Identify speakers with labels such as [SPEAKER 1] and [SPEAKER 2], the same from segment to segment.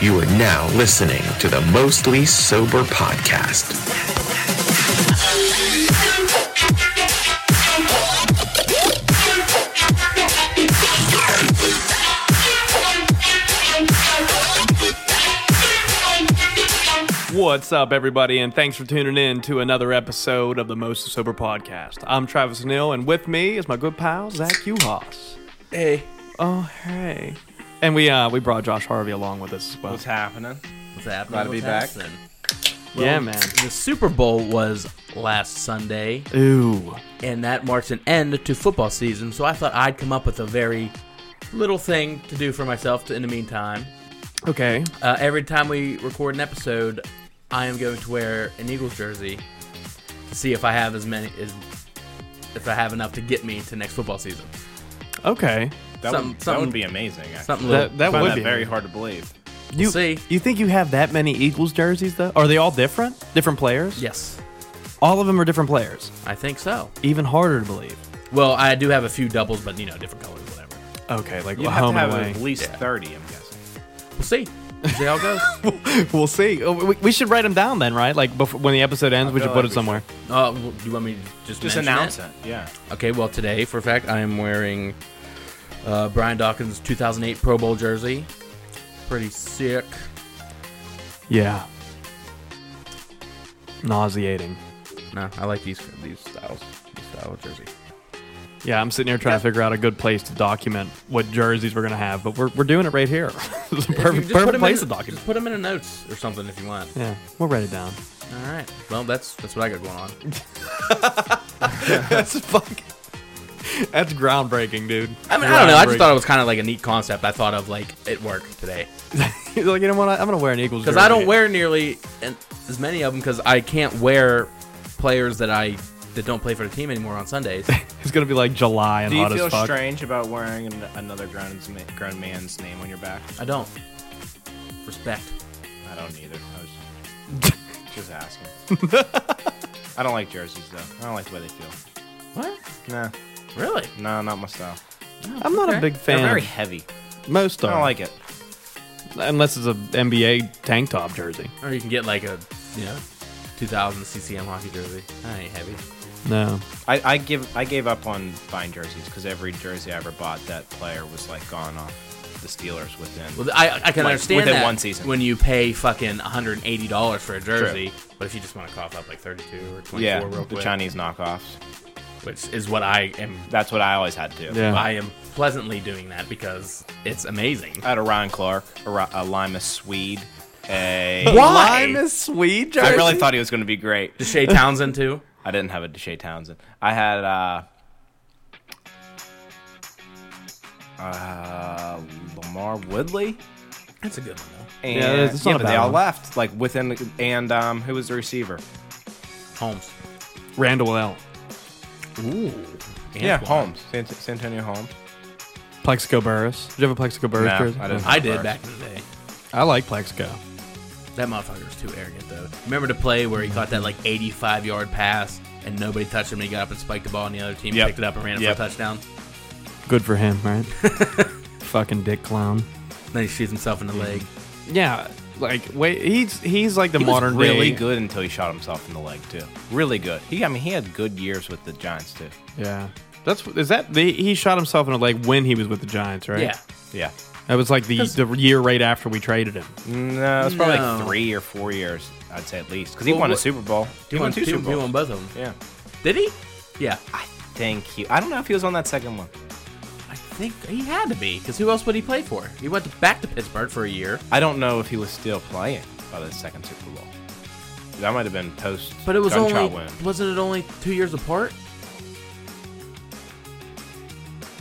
[SPEAKER 1] You are now listening to the Mostly Sober Podcast.
[SPEAKER 2] What's up, everybody, and thanks for tuning in to another episode of the Most Sober Podcast. I'm Travis Neal, and with me is my good pal Zach Uhas.
[SPEAKER 3] Hey,
[SPEAKER 2] Oh, hey! And we uh, we brought Josh Harvey along with us as well.
[SPEAKER 3] what's happening?
[SPEAKER 4] What's happening?
[SPEAKER 3] Glad to be
[SPEAKER 4] What's
[SPEAKER 3] back.
[SPEAKER 4] happening?
[SPEAKER 2] yeah, man.
[SPEAKER 4] The Super Bowl was last Sunday,
[SPEAKER 2] Ooh,
[SPEAKER 4] and that marks an end to football season. So I thought I'd come up with a very little thing to do for myself. To, in the meantime,
[SPEAKER 2] okay.
[SPEAKER 4] uh, every time we record an episode, I am going to wear an Eagles jersey to see if I have as many as if I have enough to get me to next football season.
[SPEAKER 2] Okay.
[SPEAKER 3] That,
[SPEAKER 4] Something-
[SPEAKER 3] would, that
[SPEAKER 4] something-
[SPEAKER 3] would be amazing. Actually.
[SPEAKER 4] Something little.
[SPEAKER 2] That that
[SPEAKER 3] I find
[SPEAKER 2] would
[SPEAKER 3] that
[SPEAKER 2] be
[SPEAKER 3] very hard to believe.
[SPEAKER 2] You
[SPEAKER 4] see.
[SPEAKER 2] you think you have that many Eagles jerseys though? Are they all different? Different players?
[SPEAKER 4] yes,
[SPEAKER 2] All of them are different players.
[SPEAKER 4] I think so.
[SPEAKER 2] Even harder to believe.
[SPEAKER 4] Well, I do have a few doubles, but you know, different colors, whatever.
[SPEAKER 2] Okay, like
[SPEAKER 3] You have
[SPEAKER 2] home
[SPEAKER 3] to have
[SPEAKER 2] and away.
[SPEAKER 3] at least
[SPEAKER 4] Yeah.
[SPEAKER 3] thirty. I'm guessing.
[SPEAKER 4] We'll see. We'll see how it goes.
[SPEAKER 2] We'll see. Oh, We, we should write them down then, right? Like before, when the episode ends, we
[SPEAKER 3] feel
[SPEAKER 2] should put
[SPEAKER 3] like
[SPEAKER 2] it
[SPEAKER 3] we
[SPEAKER 2] somewhere.
[SPEAKER 4] Uh, well, do you want me to just
[SPEAKER 3] Just
[SPEAKER 4] mention
[SPEAKER 3] announce it. Yeah.
[SPEAKER 4] Okay, well today, for a fact, I am wearing uh, Brian Dawkins' 2008 Pro Bowl jersey. Pretty sick.
[SPEAKER 2] Yeah. Nauseating.
[SPEAKER 4] No, I like these these styles. These style of jersey.
[SPEAKER 2] Yeah, I'm sitting here trying to figure out a good place to document what jerseys we're gonna have, but we're, we're doing it right here. it's a
[SPEAKER 4] You
[SPEAKER 2] perfect,
[SPEAKER 4] just
[SPEAKER 2] perfect
[SPEAKER 4] 'em
[SPEAKER 2] place
[SPEAKER 4] in,
[SPEAKER 2] to document.
[SPEAKER 4] Just put them in a notes or something if you want.
[SPEAKER 2] Yeah, we'll write it down.
[SPEAKER 4] All right. Well, that's that's what I got going on.
[SPEAKER 2] That's fucking. That's groundbreaking, dude.
[SPEAKER 4] I mean, I don't know. I just thought it was kind of like a neat concept. I thought of like at work today
[SPEAKER 2] He's like, you know what? I- I'm gonna wear an Eagles jersey
[SPEAKER 4] because I don't wear nearly an- as many of them because I can't wear players that I that don't play for the team anymore on Sundays.
[SPEAKER 2] It's gonna be like July and
[SPEAKER 3] Do you
[SPEAKER 2] hot
[SPEAKER 3] feel
[SPEAKER 2] as fuck.
[SPEAKER 3] strange about wearing an, another grown, ma- grown man's name on your back?
[SPEAKER 4] I don't. Respect.
[SPEAKER 3] I don't either. I was just asking. I don't like jerseys though. I don't like the way they feel.
[SPEAKER 4] What?
[SPEAKER 3] Nah,
[SPEAKER 4] Really?
[SPEAKER 3] no, not my style.
[SPEAKER 2] I'm not a
[SPEAKER 4] Okay.
[SPEAKER 2] big
[SPEAKER 3] They're
[SPEAKER 2] fan.
[SPEAKER 3] very heavy.
[SPEAKER 2] Most
[SPEAKER 3] I
[SPEAKER 2] are,
[SPEAKER 3] don't like it.
[SPEAKER 2] unless it's a NBA tank top jersey.
[SPEAKER 4] Or you can get like a, you know, 2000 CCM hockey jersey. That ain't heavy.
[SPEAKER 2] No.
[SPEAKER 3] I, I give I gave up on buying jerseys because every jersey I ever bought, that player was like gone off the Steelers within.
[SPEAKER 4] Well, I, I can
[SPEAKER 3] Like,
[SPEAKER 4] understand
[SPEAKER 3] within
[SPEAKER 4] that
[SPEAKER 3] one season.
[SPEAKER 4] when you pay fucking 180 dollars for a jersey, but if you just want to cough up like 32 or 24
[SPEAKER 3] yeah,
[SPEAKER 4] real
[SPEAKER 3] the
[SPEAKER 4] quick,
[SPEAKER 3] Chinese knockoffs.
[SPEAKER 4] which is what I am,
[SPEAKER 3] That's what I always had to. do.
[SPEAKER 2] Yeah.
[SPEAKER 4] I am pleasantly doing that because it's amazing.
[SPEAKER 3] I had a Ryan Clark, a, Ri- a Lima Swede, a.
[SPEAKER 4] Why?
[SPEAKER 2] Lime is sweet jersey.
[SPEAKER 3] I really thought he was going to be great.
[SPEAKER 4] Deshae Townsend too.
[SPEAKER 3] I didn't have a Deshae Townsend. I had uh, uh, Lamar Woodley,
[SPEAKER 4] That's a good one
[SPEAKER 3] and
[SPEAKER 2] Yeah, that's- that's not a
[SPEAKER 3] but
[SPEAKER 2] bad
[SPEAKER 3] they all
[SPEAKER 2] one.
[SPEAKER 3] left like within. the- And um, who was the receiver?
[SPEAKER 4] though. Holmes.
[SPEAKER 2] Randall L.
[SPEAKER 4] Ooh.
[SPEAKER 3] yeah,
[SPEAKER 4] Antoine.
[SPEAKER 3] Holmes, San, Santonio Holmes.
[SPEAKER 2] Plexico Burris. Did you have a Plexico Burris
[SPEAKER 3] No,
[SPEAKER 2] jersey?
[SPEAKER 3] I didn't.
[SPEAKER 4] I did back in the day.
[SPEAKER 2] I like Plexico.
[SPEAKER 4] That motherfucker was too arrogant, though. Remember the play where he caught that like 85 yard pass and nobody touched him and he got up and spiked the ball and the other team
[SPEAKER 3] Yep.
[SPEAKER 4] picked it up and ran it
[SPEAKER 3] Yep.
[SPEAKER 4] for a touchdown?
[SPEAKER 2] Good for him, right? Fucking dick clown.
[SPEAKER 4] Then he shoots himself in the leg.
[SPEAKER 2] Yeah, like wait, he's he's like the
[SPEAKER 3] He was
[SPEAKER 2] modern
[SPEAKER 3] really
[SPEAKER 2] day-
[SPEAKER 3] good until he shot himself in the leg too. Really good. He, I mean, he had good years with the Giants too.
[SPEAKER 2] Yeah, that's is that the, he shot himself in the leg when he was with the Giants, right?
[SPEAKER 4] Yeah.
[SPEAKER 3] Yeah.
[SPEAKER 2] that was like the the year right after we traded him.
[SPEAKER 3] No, it's uh, probably
[SPEAKER 4] No.
[SPEAKER 3] like three or four years, I'd say at least, because he
[SPEAKER 4] Well,
[SPEAKER 3] won a
[SPEAKER 4] what-
[SPEAKER 3] Super Bowl. He, won, two, Super
[SPEAKER 4] He
[SPEAKER 3] Bowls.
[SPEAKER 4] won both of them.
[SPEAKER 3] Yeah.
[SPEAKER 4] Did he? Yeah.
[SPEAKER 3] I think he. I don't know if he was on that second one.
[SPEAKER 4] I think he had to be because who else would he play for? He went to- back to Pittsburgh for a year,
[SPEAKER 3] I don't know if he was still playing by the second Super Bowl. That might have been post.
[SPEAKER 4] but it was
[SPEAKER 3] gunshot
[SPEAKER 4] only
[SPEAKER 3] wound.
[SPEAKER 4] wasn't it only two years apart?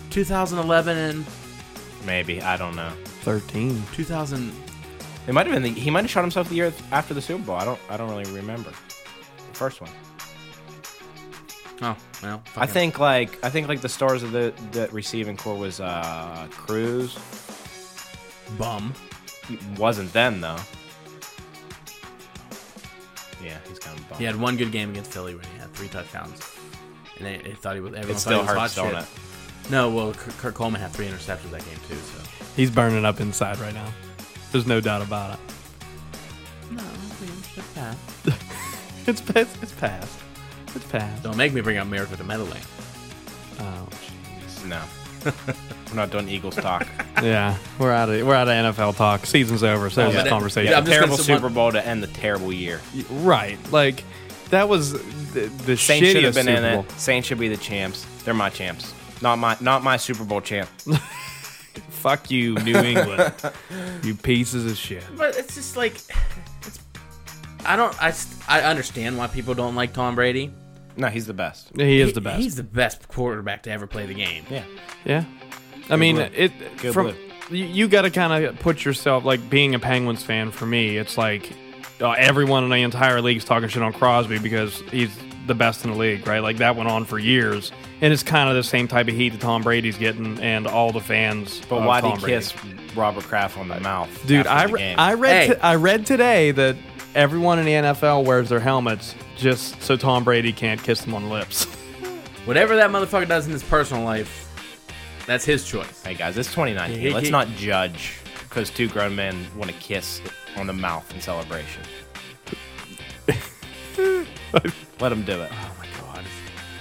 [SPEAKER 4] 2011 and
[SPEAKER 3] maybe I don't know.
[SPEAKER 2] Thirteen.
[SPEAKER 4] 2000.
[SPEAKER 3] It might have been. The, he might have shot himself the year after the Super Bowl. I don't. I don't really remember. The first one.
[SPEAKER 4] Oh well,
[SPEAKER 3] I think like I think like the stars of the the receiving core was uh Cruz.
[SPEAKER 4] bum.
[SPEAKER 3] He wasn't then though. Yeah, he's kind of bummed.
[SPEAKER 4] He had one good game against Philly when he had three touchdowns, and they, they thought he was. Everyone
[SPEAKER 3] it still
[SPEAKER 4] thought he was
[SPEAKER 3] hurts,
[SPEAKER 4] hot
[SPEAKER 3] don't
[SPEAKER 4] shit.
[SPEAKER 3] it?
[SPEAKER 4] No, well, Kirk, Kirk Coleman had three interceptions that game too. So
[SPEAKER 2] He's burning up inside right now. There's no doubt about it. It's past. It's past. It's past.
[SPEAKER 4] Don't make me bring up Miracle to meddling.
[SPEAKER 2] Oh,
[SPEAKER 3] No. We're not doing Eagles talk.
[SPEAKER 2] yeah, we're out of we're out of NFL talk. Season's over. So that was
[SPEAKER 4] Yeah.
[SPEAKER 2] the conversation.
[SPEAKER 4] Yeah, I'm just
[SPEAKER 3] terrible
[SPEAKER 4] gonna say one-
[SPEAKER 3] Super Bowl to end the terrible year.
[SPEAKER 2] Right. Like that was the, the
[SPEAKER 3] Saints should
[SPEAKER 2] shittiest
[SPEAKER 3] have been
[SPEAKER 2] Super
[SPEAKER 3] in
[SPEAKER 2] Bowl.
[SPEAKER 3] it. Saints should be the champs. They're my champs. Not my not my Super Bowl champ.
[SPEAKER 2] Fuck you, New England. you pieces of shit.
[SPEAKER 4] But it's just like, it's, I don't. I, s- I understand why people don't like Tom Brady.
[SPEAKER 3] No, he's the best.
[SPEAKER 2] He is the best.
[SPEAKER 4] He's the best quarterback to ever play the game.
[SPEAKER 3] Yeah.
[SPEAKER 2] yeah. I mean,
[SPEAKER 3] look.
[SPEAKER 2] it
[SPEAKER 3] Good
[SPEAKER 2] from
[SPEAKER 3] look.
[SPEAKER 2] you, you got to kind of put yourself like being a Penguins fan. For me, it's like uh, everyone in the entire league's talking shit on Crosby because he's the best in the league, right? Like that went on for years, and it's kind of the same type of heat that Tom Brady's getting, and all the fans.
[SPEAKER 3] But
[SPEAKER 2] of
[SPEAKER 3] why did
[SPEAKER 2] Oh, Tom
[SPEAKER 3] he
[SPEAKER 2] Brady.
[SPEAKER 3] kiss Robert Kraft on the mouth?
[SPEAKER 2] Dude, I,
[SPEAKER 3] after the
[SPEAKER 2] re-
[SPEAKER 3] game?
[SPEAKER 2] I read
[SPEAKER 4] Hey.
[SPEAKER 2] t- I read today that everyone in the NFL wears their helmets just so Tom Brady can't kiss them on the lips.
[SPEAKER 4] Whatever that motherfucker does in his personal life, that's his choice.
[SPEAKER 3] Hey guys, it's 2019.
[SPEAKER 4] He- he-
[SPEAKER 3] Let's not judge because two grown men want to kiss on the mouth in celebration. Let them do it.
[SPEAKER 4] Oh,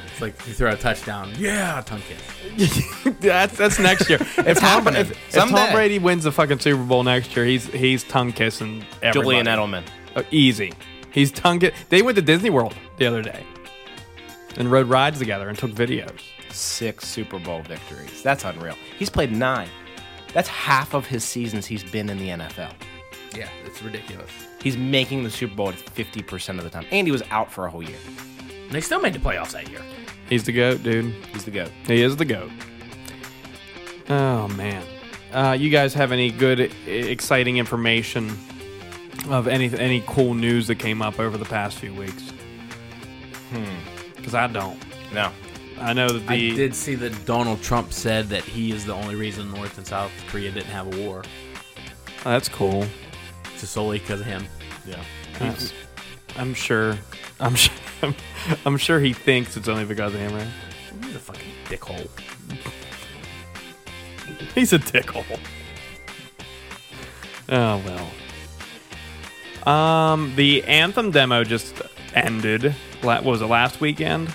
[SPEAKER 4] It's like you throw a touchdown. Yeah, tongue kiss.
[SPEAKER 2] that's that's next year. If Tom,
[SPEAKER 3] happening.
[SPEAKER 2] if, if Tom
[SPEAKER 3] Someday.
[SPEAKER 2] Brady wins the fucking Super Bowl next year, he's he's tongue kissing everybody.
[SPEAKER 3] Julian Edelman.
[SPEAKER 2] Uh, easy. He's tongue kiss. They went to Disney World the other day and rode rides together and took videos.
[SPEAKER 3] Six Super Bowl victories. That's unreal. He's played nine. That's half of his seasons he's been in the NFL.
[SPEAKER 4] Yeah, it's ridiculous.
[SPEAKER 3] He's making the Super Bowl at 50% of the time. And he was out for a whole year.
[SPEAKER 4] They still made the playoffs that year.
[SPEAKER 2] He's the goat, dude.
[SPEAKER 3] He's the GOAT.
[SPEAKER 2] He is the goat. Oh man, uh, you guys have any good, i- exciting information of any any cool news that came up over the past few weeks? Hmm. Because I don't.
[SPEAKER 3] No.
[SPEAKER 2] Hmm. I know that the
[SPEAKER 4] I did see that Donald Trump said that he is the only reason North and South Korea didn't have a war,
[SPEAKER 2] Oh, that's cool.
[SPEAKER 4] just solely because of him.
[SPEAKER 3] Yeah.
[SPEAKER 2] That's- I'm sure. I'm sure. I'm sure he thinks it's only because of him, right?
[SPEAKER 4] He's a fucking dickhole.
[SPEAKER 2] He's a tickle. Oh well. Um, the anthem demo just ended. La- what was it last weekend?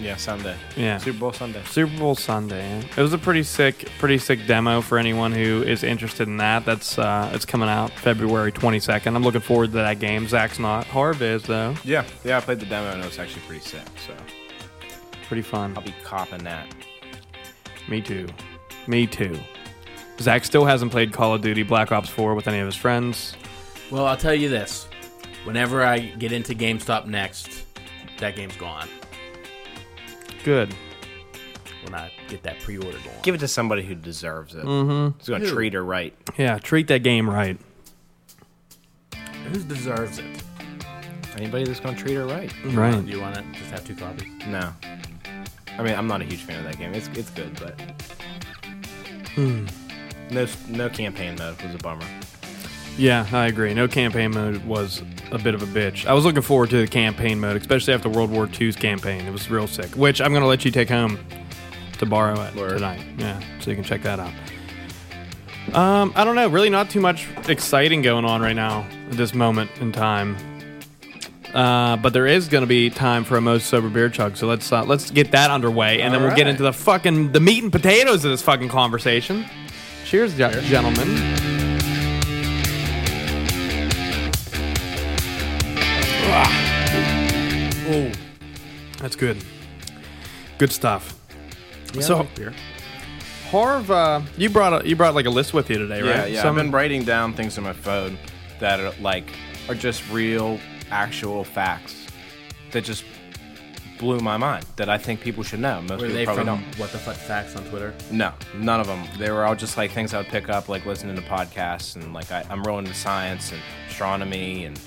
[SPEAKER 3] Yeah, Sunday.
[SPEAKER 2] Yeah.
[SPEAKER 3] Super Bowl Sunday.
[SPEAKER 2] Super Bowl Sunday. It was a pretty sick, pretty sick demo for anyone who is interested in that. That's uh, it's coming out February 22nd. I'm looking forward to that game. Zach's not. Harv is though.
[SPEAKER 3] Yeah. Yeah, I played the demo and it was actually pretty sick. So
[SPEAKER 2] Pretty fun.
[SPEAKER 3] I'll be copping that.
[SPEAKER 2] Me too. Me too. Zach still hasn't played Call of Duty Black Ops 4 with any of his friends.
[SPEAKER 4] Well, I'll tell you this: whenever I get into GameStop next, that game's gone.
[SPEAKER 2] Good.
[SPEAKER 4] When I get that pre-order going,
[SPEAKER 3] Give it to somebody who deserves it. Mm-hmm. Who's going to treat her right.
[SPEAKER 2] Yeah, treat that game right.
[SPEAKER 4] who deserves it?
[SPEAKER 3] Anybody that's going to treat her right.
[SPEAKER 4] Do you want to just have two copies?
[SPEAKER 3] No. I mean, I'm not a huge fan of that game. It's it's good, but Hmm. no no campaign mode was a bummer.
[SPEAKER 2] Yeah, I agree. No campaign mode was a bit of a bitch. I was looking forward to the campaign mode, especially after World War II's campaign. It was real sick, which I'm going to let you take home to borrow it
[SPEAKER 3] Word.
[SPEAKER 2] tonight. Yeah, so you can check that out. Um, I don't know. Really, not too much exciting going on right now at this moment in time. Uh, but there is going to be time for a most sober beer chug, so let's uh, let's get that underway, and then we'll get
[SPEAKER 4] right.
[SPEAKER 2] into the fucking the meat and potatoes of this fucking conversation. Cheers, ge- gentlemen. Oh, that's good. Good stuff. so, Harv, uh, you brought a, you brought like a list with you today,
[SPEAKER 3] Yeah,
[SPEAKER 2] right?
[SPEAKER 3] yeah.
[SPEAKER 2] Some-
[SPEAKER 3] I've been writing down things on my phone that are like are just real, actual facts that just blew my mind that I think people should know. Most
[SPEAKER 4] Were
[SPEAKER 3] people
[SPEAKER 4] they
[SPEAKER 3] probably
[SPEAKER 4] from
[SPEAKER 3] don't.
[SPEAKER 4] What the Fuck Facts on Twitter?
[SPEAKER 3] No, none of them. They were all just like things I would pick up, like listening to podcasts, and like I, I'm real into science and astronomy and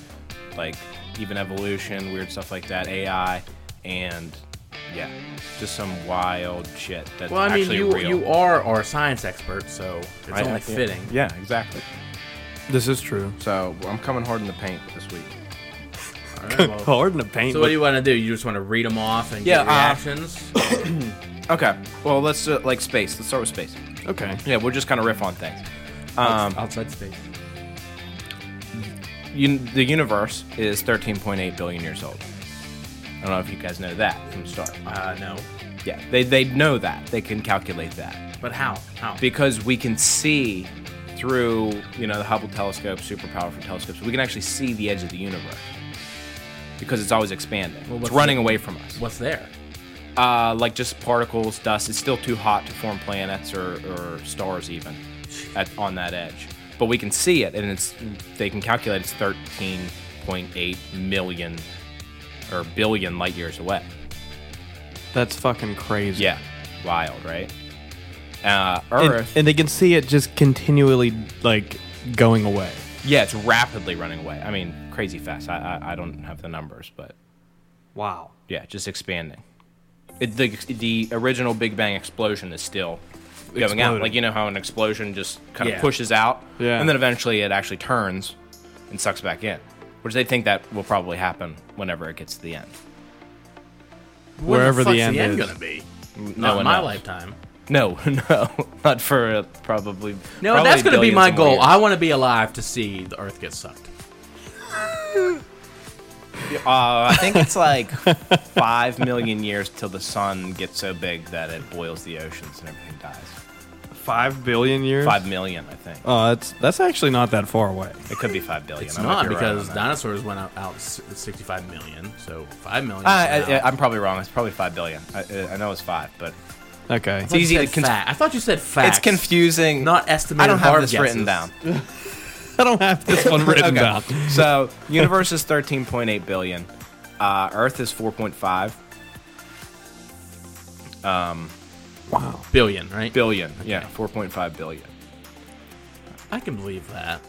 [SPEAKER 3] like even evolution, weird stuff like that, AI, and yeah, just some wild shit that's
[SPEAKER 4] Well, I mean,
[SPEAKER 3] actually
[SPEAKER 4] you
[SPEAKER 3] real.
[SPEAKER 4] you are our science expert, so it's
[SPEAKER 3] I- I
[SPEAKER 4] only
[SPEAKER 3] think-
[SPEAKER 4] fitting.
[SPEAKER 3] Yeah, exactly.
[SPEAKER 2] This is true.
[SPEAKER 3] So I'm coming hard in the paint this week.
[SPEAKER 4] All right, well,
[SPEAKER 2] Hard in the paint.
[SPEAKER 4] so what do you want to do? You just want to read them off and
[SPEAKER 3] Yeah,
[SPEAKER 4] get
[SPEAKER 3] uh,
[SPEAKER 4] reactions?
[SPEAKER 3] Okay, well let's uh, like space. Let's start with space.
[SPEAKER 2] okay.
[SPEAKER 3] Yeah, we'll just kind of riff on things. Um,
[SPEAKER 4] Outside space.
[SPEAKER 3] un- the universe is 13.8 billion years old. I don't know if you guys know that from Star.
[SPEAKER 4] Uh, no.
[SPEAKER 3] Yeah, they they know that. They can calculate that
[SPEAKER 4] But how? How?
[SPEAKER 3] because we can see through you know the Hubble telescope, super powerful telescopes. We can actually see the edge of the universe because it's always expanding. it's
[SPEAKER 4] what's
[SPEAKER 3] running
[SPEAKER 4] the-
[SPEAKER 3] away from us.
[SPEAKER 4] What's there?
[SPEAKER 3] Uh, like just particles, dust. It's still too hot to form planets or, or stars even at, on that edge. But we can see it, and it's they can calculate it's 13.8 million or billion light years away.
[SPEAKER 2] That's fucking crazy.
[SPEAKER 3] Yeah, wild, right? Uh,
[SPEAKER 2] And,
[SPEAKER 3] Earth,
[SPEAKER 2] and they can see it just continually like going away.
[SPEAKER 3] yeah, it's rapidly running away. I mean, crazy fast. I, I I don't have the numbers, but
[SPEAKER 2] Wow.
[SPEAKER 3] yeah, just expanding. It, the the original Big Bang explosion is still going out.
[SPEAKER 2] Exploding.
[SPEAKER 3] Like you know how an explosion just kind of
[SPEAKER 4] Yeah.
[SPEAKER 3] pushes out,
[SPEAKER 2] Yeah.
[SPEAKER 3] and then eventually it actually turns and sucks back in. Which they think that will probably happen whenever it gets to the end.
[SPEAKER 4] When
[SPEAKER 2] Wherever the
[SPEAKER 4] fuck's
[SPEAKER 2] end
[SPEAKER 4] the end
[SPEAKER 2] is.
[SPEAKER 4] gonna be?
[SPEAKER 3] No
[SPEAKER 4] Not
[SPEAKER 3] one
[SPEAKER 4] in my
[SPEAKER 3] knows.
[SPEAKER 4] lifetime.
[SPEAKER 3] No, no, not for uh, probably.
[SPEAKER 4] No,
[SPEAKER 3] probably
[SPEAKER 4] that's gonna be
[SPEAKER 3] billions
[SPEAKER 4] my
[SPEAKER 3] of more
[SPEAKER 4] goal.
[SPEAKER 3] years.
[SPEAKER 4] I want to be alive to see the Earth get sucked.
[SPEAKER 3] Uh, I think it's like five million years till the sun gets so big that it boils the oceans and everything dies.
[SPEAKER 2] Five billion years.
[SPEAKER 3] Five million, I think.
[SPEAKER 2] Oh, that's that's actually not that far away.
[SPEAKER 3] It could be five billion.
[SPEAKER 4] It's
[SPEAKER 3] I might
[SPEAKER 4] not
[SPEAKER 3] be wrong on
[SPEAKER 4] because
[SPEAKER 3] that.
[SPEAKER 4] dinosaurs went out, out s- 65 million, so 5 million.
[SPEAKER 3] I,
[SPEAKER 4] is
[SPEAKER 3] I,
[SPEAKER 4] now.
[SPEAKER 3] I'm probably wrong. It's probably five billion. I, uh, I know it's five, but
[SPEAKER 2] Okay.
[SPEAKER 4] I thought you
[SPEAKER 3] easy to
[SPEAKER 4] said
[SPEAKER 3] conf-
[SPEAKER 4] fact. I thought you said facts.
[SPEAKER 3] it's confusing.
[SPEAKER 4] Not estimated.
[SPEAKER 3] I don't have
[SPEAKER 4] hard
[SPEAKER 3] this
[SPEAKER 4] guesses.
[SPEAKER 3] written down.
[SPEAKER 2] I don't have this one written
[SPEAKER 3] Okay.
[SPEAKER 2] down.
[SPEAKER 3] so universe is 13.8 billion. Uh, Earth is 4.5
[SPEAKER 4] Billion, right?
[SPEAKER 3] billion. Yeah, 4.5 billion.
[SPEAKER 4] I can believe that.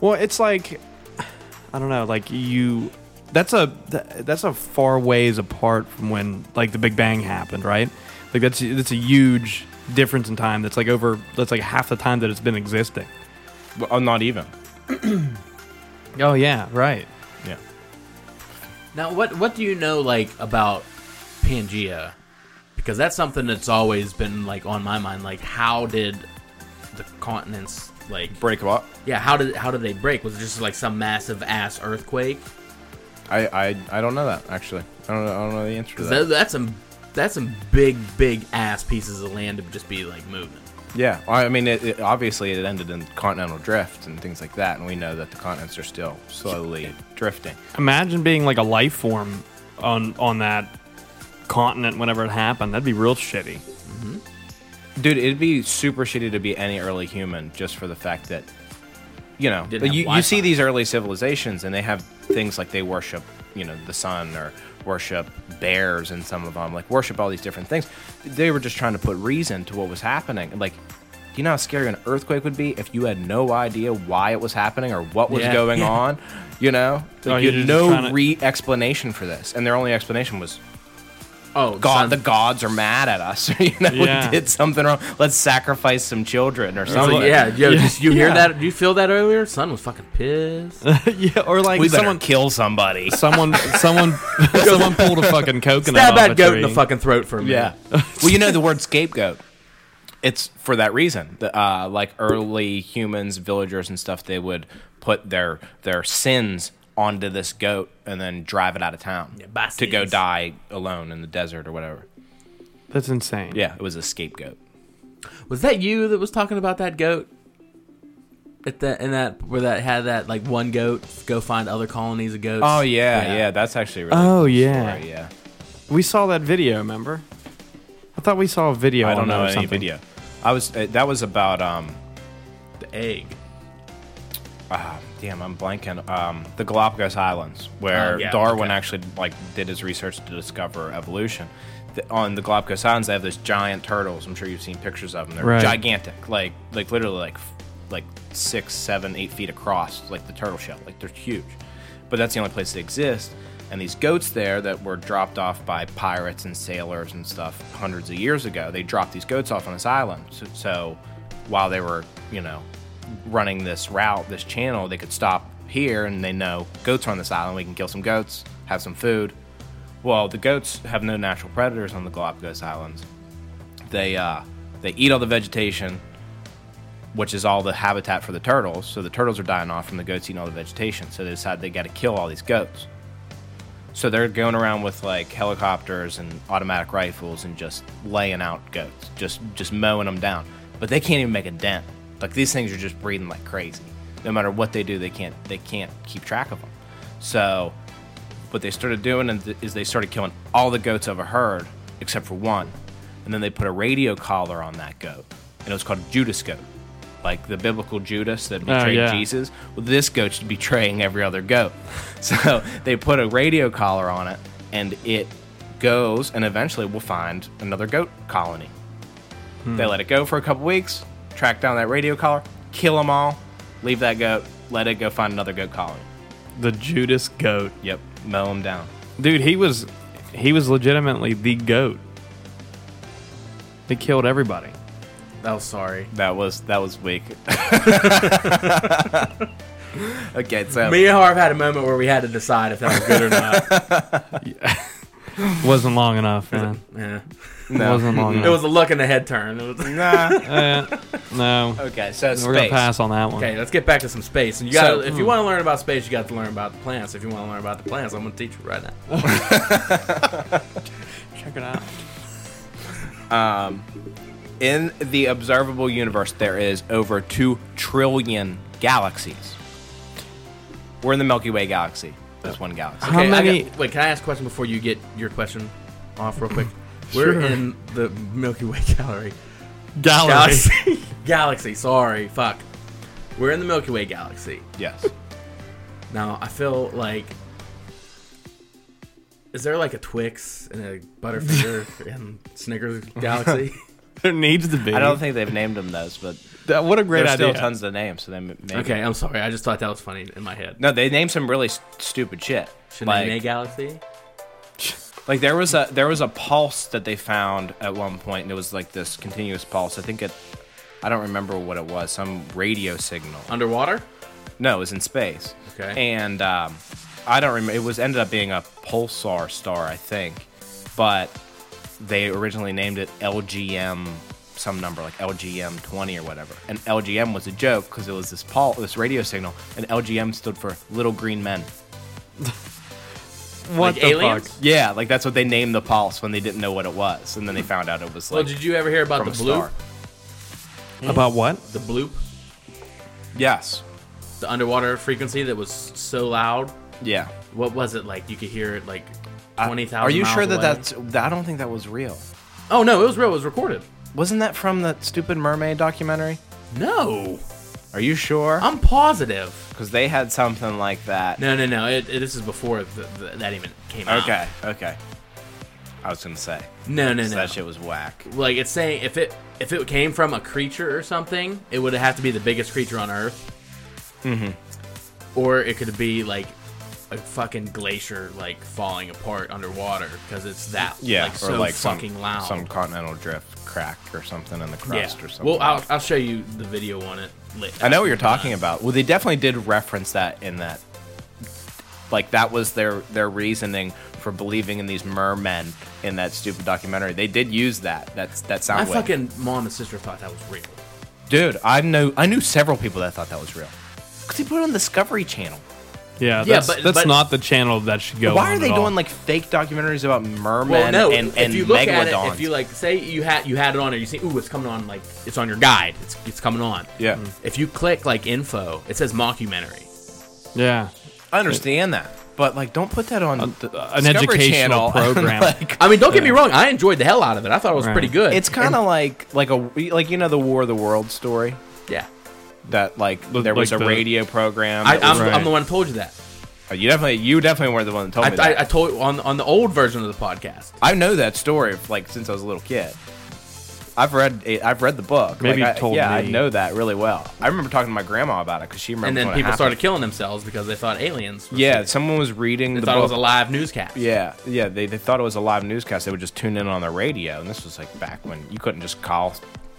[SPEAKER 2] Well, it's like I don't know, like you that's a th- that's a far ways apart from when like the Big Bang happened, right? Like that's that's a huge difference in time. That's like over that's like half the time that it's been existing.
[SPEAKER 3] Well, oh, not even.
[SPEAKER 2] Oh yeah, right.
[SPEAKER 3] Yeah.
[SPEAKER 4] Now, what what do you know like about Pangea? Because that's something that's always been like on my mind. Like, how did the continents like?
[SPEAKER 3] Break up.
[SPEAKER 4] Yeah, how did how did they break? Was it just like some massive ass earthquake?
[SPEAKER 3] I, I I don't know that actually. I don't know, I don't know the answer to
[SPEAKER 4] 'Cause
[SPEAKER 3] that.
[SPEAKER 4] that- that's some that's some big big ass pieces of land to just be like moving.
[SPEAKER 3] Yeah, I I mean, it, it, obviously it ended in continental drift and things like that, and we know that the continents are still slowly drifting.
[SPEAKER 2] Imagine being like a life form on on that continent whenever it happened. That'd be real shitty.
[SPEAKER 3] Dude, it'd be super shitty to be any early human just for the fact that, you know,
[SPEAKER 4] Didn't
[SPEAKER 3] you,
[SPEAKER 4] have
[SPEAKER 3] you see
[SPEAKER 4] Wi-Fi.
[SPEAKER 3] these early civilizations and they have things like they worship, you know, the sun or worship bears and some of them, like worship all these different things. They were just trying to put reason to what was happening. Like, you know how scary an earthquake would be if you had no idea why it was happening or what was
[SPEAKER 4] Yeah.
[SPEAKER 3] going
[SPEAKER 4] Yeah.
[SPEAKER 3] on? You know?
[SPEAKER 2] Oh,
[SPEAKER 3] Like,
[SPEAKER 2] you're
[SPEAKER 3] you had
[SPEAKER 2] just
[SPEAKER 3] no
[SPEAKER 2] trying to-
[SPEAKER 3] re explanation for this. And their only explanation was
[SPEAKER 4] Oh,
[SPEAKER 3] God,
[SPEAKER 4] God,
[SPEAKER 3] the gods are mad at us. you know,
[SPEAKER 2] Yeah.
[SPEAKER 3] we did something wrong. Let's sacrifice some children or something.
[SPEAKER 4] yeah, yo,
[SPEAKER 2] Yeah.
[SPEAKER 4] just you
[SPEAKER 2] Yeah.
[SPEAKER 4] hear that? You feel that earlier? Son was fucking pissed.
[SPEAKER 2] yeah, or like
[SPEAKER 3] we better
[SPEAKER 2] someone
[SPEAKER 3] kill somebody.
[SPEAKER 2] someone someone someone pulled a fucking coconut
[SPEAKER 4] Stab
[SPEAKER 2] off a
[SPEAKER 4] that goat
[SPEAKER 2] tree.
[SPEAKER 4] in the fucking throat for a minute.
[SPEAKER 3] Yeah. well, you know the word scapegoat. It's for that reason. The, uh, like early humans, villagers, and stuff, they would put their their sins onto this goat and then drive it out of town
[SPEAKER 4] Yeah,
[SPEAKER 3] to go
[SPEAKER 4] bastards.
[SPEAKER 3] die alone in the desert or whatever.
[SPEAKER 2] That's insane.
[SPEAKER 3] Yeah, it was a scapegoat.
[SPEAKER 4] Was that you that was talking about that goat? At that and that where that had that like one goat go find other colonies of goats.
[SPEAKER 3] Oh yeah, yeah. that's actually a really
[SPEAKER 2] Oh,
[SPEAKER 3] cool
[SPEAKER 2] yeah.
[SPEAKER 3] story, yeah.
[SPEAKER 2] We saw that video, remember? I thought we saw a video.
[SPEAKER 3] I
[SPEAKER 2] on
[SPEAKER 3] don't
[SPEAKER 2] that
[SPEAKER 3] know
[SPEAKER 2] or
[SPEAKER 3] any
[SPEAKER 2] something.
[SPEAKER 3] video. I was uh, that was about um
[SPEAKER 4] the egg.
[SPEAKER 3] Ah, Damn, I'm blanking. Um, the Galapagos Islands, where
[SPEAKER 4] Oh, yeah,
[SPEAKER 3] Darwin actually like did his research to discover evolution. The, on the Galapagos Islands, they have those giant turtles. I'm sure you've seen pictures of them. They're
[SPEAKER 2] Right.
[SPEAKER 3] gigantic, like like literally like f- like six, seven, eight feet across, like the turtle shell. Like they're huge. But that's the only place they exist. And these goats there that were dropped off by pirates and sailors and stuff hundreds of years ago, they dropped these goats off on this island. So, so while they were, you know, running this route, this channel, they could stop here and they know goats are on this island. We can kill some goats, have some food. Well, the goats have no natural predators on the Galapagos Islands. They uh, they eat all the vegetation, which is all the habitat for the turtles. So the turtles are dying off from the goats eating all the vegetation. So they decide they got to kill all these goats. So they're going around with like helicopters and automatic rifles and just laying out goats, just just mowing them down. But they can't even make a dent. Like these things are just breeding like crazy. No matter what they do, they can't they can't keep track of them. So what they started doing is- is they started killing all the goats of a herd except for one, and then they put a radio collar on that goat, and it was called a Judas goat, like the biblical Judas that betrayed
[SPEAKER 2] yeah.
[SPEAKER 3] Jesus. Well, this goat's betraying every other goat, so they put a radio collar on it, and it goes, and eventually we'll find another goat colony. They let it go for a couple weeks, track down that radio collar, kill them all, leave that goat, let it go find another goat colony.
[SPEAKER 2] The Judas goat.
[SPEAKER 3] Yep, mow them down.
[SPEAKER 2] Dude, he was he was legitimately the goat. They killed everybody.
[SPEAKER 4] Oh, sorry.
[SPEAKER 3] That was that was weak. okay, so
[SPEAKER 4] Me and Harv had a moment where we had to decide if that was good or not.
[SPEAKER 2] Wasn't long enough, man.
[SPEAKER 4] Yeah.
[SPEAKER 3] no.
[SPEAKER 2] Wasn't long
[SPEAKER 4] It
[SPEAKER 2] enough.
[SPEAKER 4] was a look in the head turn. It was-
[SPEAKER 3] Nah.
[SPEAKER 2] Eh, no.
[SPEAKER 3] Okay, so
[SPEAKER 2] We're gonna
[SPEAKER 3] space.
[SPEAKER 2] pass on that one.
[SPEAKER 4] okay, let's get back to some space. And you got, to
[SPEAKER 3] So-
[SPEAKER 4] if you want to learn about space, you got to learn about the plants. If you want to learn about the plants, I'm going to teach you right now.
[SPEAKER 2] Check it out.
[SPEAKER 3] In the observable universe, there is over two trillion galaxies. We're in the Milky Way galaxy. That's one galaxy.
[SPEAKER 2] How
[SPEAKER 4] Okay, I
[SPEAKER 2] many-
[SPEAKER 4] got- wait, can I ask a question before you get your question off real quick? We're in the Milky Way gallery.
[SPEAKER 2] Galaxy.
[SPEAKER 4] Galaxy. galaxy. Sorry, fuck. We're in the Milky Way galaxy.
[SPEAKER 3] Yes.
[SPEAKER 4] Now I feel like. Is there like a Twix and a Butterfinger and Snickers galaxy?
[SPEAKER 2] there needs to be.
[SPEAKER 3] I don't think they've named them those, but
[SPEAKER 2] That- what a great
[SPEAKER 3] there's
[SPEAKER 2] idea.
[SPEAKER 3] still tons of names. So they m- maybe.
[SPEAKER 4] okay, I'm sorry. I just thought that was funny in my head.
[SPEAKER 3] No, they named some really s- stupid shit.
[SPEAKER 4] Shanae galaxy.
[SPEAKER 3] Like there was a there was a pulse that they found at one point, and it was like this continuous pulse. I think it, I don't remember what it was, some radio signal.
[SPEAKER 4] Underwater.
[SPEAKER 3] No, it was in space.
[SPEAKER 4] Okay.
[SPEAKER 3] And um, I don't remember. It was ended up being a pulsar star, I think, but they originally named it LGM some number like LGM 20 or whatever. And LGM was a joke because it was this pul- this radio signal, and LGM stood for Little Green Men.
[SPEAKER 2] what
[SPEAKER 4] Like
[SPEAKER 2] the
[SPEAKER 4] aliens?
[SPEAKER 2] fuck?
[SPEAKER 3] Yeah, like that's what they named the pulse when they didn't know what it was, and then they found out it was
[SPEAKER 4] Well,
[SPEAKER 3] like
[SPEAKER 4] did you ever hear about
[SPEAKER 3] from
[SPEAKER 4] the
[SPEAKER 3] a
[SPEAKER 4] bloop?
[SPEAKER 3] star.
[SPEAKER 2] About what?
[SPEAKER 4] The bloop,
[SPEAKER 3] Yes.
[SPEAKER 4] the underwater frequency that was so loud.
[SPEAKER 3] Yeah.
[SPEAKER 4] What was it like? You could hear it like
[SPEAKER 3] I-
[SPEAKER 4] twenty thousand.
[SPEAKER 3] Are you sure that
[SPEAKER 4] away.
[SPEAKER 3] that's? that- I don't think that was real.
[SPEAKER 4] Oh no, it was real. It was recorded.
[SPEAKER 3] Wasn't that from that stupid mermaid documentary?
[SPEAKER 4] No,
[SPEAKER 3] Are you sure?
[SPEAKER 4] I'm positive.
[SPEAKER 3] Because they had something like that.
[SPEAKER 4] No, no, no. It, it- this is before th th that even came out.
[SPEAKER 3] Okay. Okay. I was gonna say
[SPEAKER 4] No, no, no.
[SPEAKER 3] so that shit was whack.
[SPEAKER 4] Like it's saying if it if it came from a creature or something, it would have to be the biggest creature on Earth. Mm-hmm. Or it could be like a fucking glacier like falling apart underwater because it's that
[SPEAKER 3] Yeah.
[SPEAKER 4] like
[SPEAKER 3] or
[SPEAKER 4] so
[SPEAKER 3] like some-
[SPEAKER 4] fucking loud.
[SPEAKER 3] Some continental drift crack or something in the crust or something.
[SPEAKER 4] Well, I'll, I'll show you the video on it. Later.
[SPEAKER 3] I know what you're talking about. Well, they definitely did reference that in that. Like that was their their reasoning for believing in these mermen in that stupid documentary. They did use that. That's that
[SPEAKER 4] My
[SPEAKER 3] sound wave.
[SPEAKER 4] fucking mom and sister thought that was real.
[SPEAKER 3] Dude, I know I knew several people that thought that was real. Cuz they put it on Discovery Channel.
[SPEAKER 2] Yeah, that's,
[SPEAKER 4] but-
[SPEAKER 2] that's
[SPEAKER 4] but-
[SPEAKER 2] not the channel that should go.
[SPEAKER 3] Why
[SPEAKER 2] on
[SPEAKER 3] are they
[SPEAKER 2] at all.
[SPEAKER 3] doing like fake documentaries about mermen
[SPEAKER 4] Well, no.
[SPEAKER 3] and and
[SPEAKER 4] if you look at
[SPEAKER 3] megalodons?
[SPEAKER 4] it, if you like, say you had you had it on, or you see, ooh, it's coming on, like it's on your guide, it's it's coming on.
[SPEAKER 3] yeah.
[SPEAKER 4] If you click like info, it says mockumentary.
[SPEAKER 2] Yeah,
[SPEAKER 3] I understand that. But like don't put that on the
[SPEAKER 2] an
[SPEAKER 3] Discovery
[SPEAKER 2] educational
[SPEAKER 3] Channel.
[SPEAKER 2] program.
[SPEAKER 3] like,
[SPEAKER 4] I mean, don't get me wrong, I enjoyed the hell out of it. I thought it was
[SPEAKER 2] Right.
[SPEAKER 4] pretty good.
[SPEAKER 3] it's kind of like like a like you know the War of the World story.
[SPEAKER 4] yeah.
[SPEAKER 3] that like
[SPEAKER 2] Look
[SPEAKER 3] there was
[SPEAKER 2] like
[SPEAKER 3] a
[SPEAKER 2] the-
[SPEAKER 3] radio program.
[SPEAKER 4] I,
[SPEAKER 3] that
[SPEAKER 4] I'm,
[SPEAKER 3] was-
[SPEAKER 2] right.
[SPEAKER 4] I'm the one who told you that.
[SPEAKER 3] you definitely you definitely were the one that told
[SPEAKER 4] I, I,
[SPEAKER 3] me that.
[SPEAKER 4] I told on on the old version of the podcast.
[SPEAKER 3] I, know that story like since I was a little kid. I've read it, I've read the book.
[SPEAKER 2] Maybe
[SPEAKER 3] Like,
[SPEAKER 2] you
[SPEAKER 3] I,
[SPEAKER 2] told
[SPEAKER 3] yeah,
[SPEAKER 2] me.
[SPEAKER 3] I know that really well. I remember talking to my grandma about it because she remembered.
[SPEAKER 4] And then
[SPEAKER 3] when it
[SPEAKER 4] people started
[SPEAKER 3] happened.
[SPEAKER 4] killing themselves because they thought aliens. were-
[SPEAKER 3] Yeah, someone was reading
[SPEAKER 4] They
[SPEAKER 3] the
[SPEAKER 4] thought it
[SPEAKER 3] book.
[SPEAKER 4] was a live newscast.
[SPEAKER 3] yeah, yeah, they, they thought it was a live newscast. They would just tune in on the radio, and this was like back when you couldn't just call.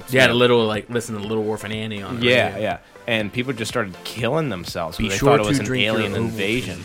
[SPEAKER 4] You had a little like listen to Little Orphan Annie on. the
[SPEAKER 3] Yeah,
[SPEAKER 4] radio.
[SPEAKER 3] yeah, and people just started killing themselves.
[SPEAKER 4] Be
[SPEAKER 3] because they
[SPEAKER 4] sure
[SPEAKER 3] thought it was
[SPEAKER 4] to
[SPEAKER 3] an
[SPEAKER 4] drink your
[SPEAKER 3] alien
[SPEAKER 4] Ovaltine.
[SPEAKER 3] invasion.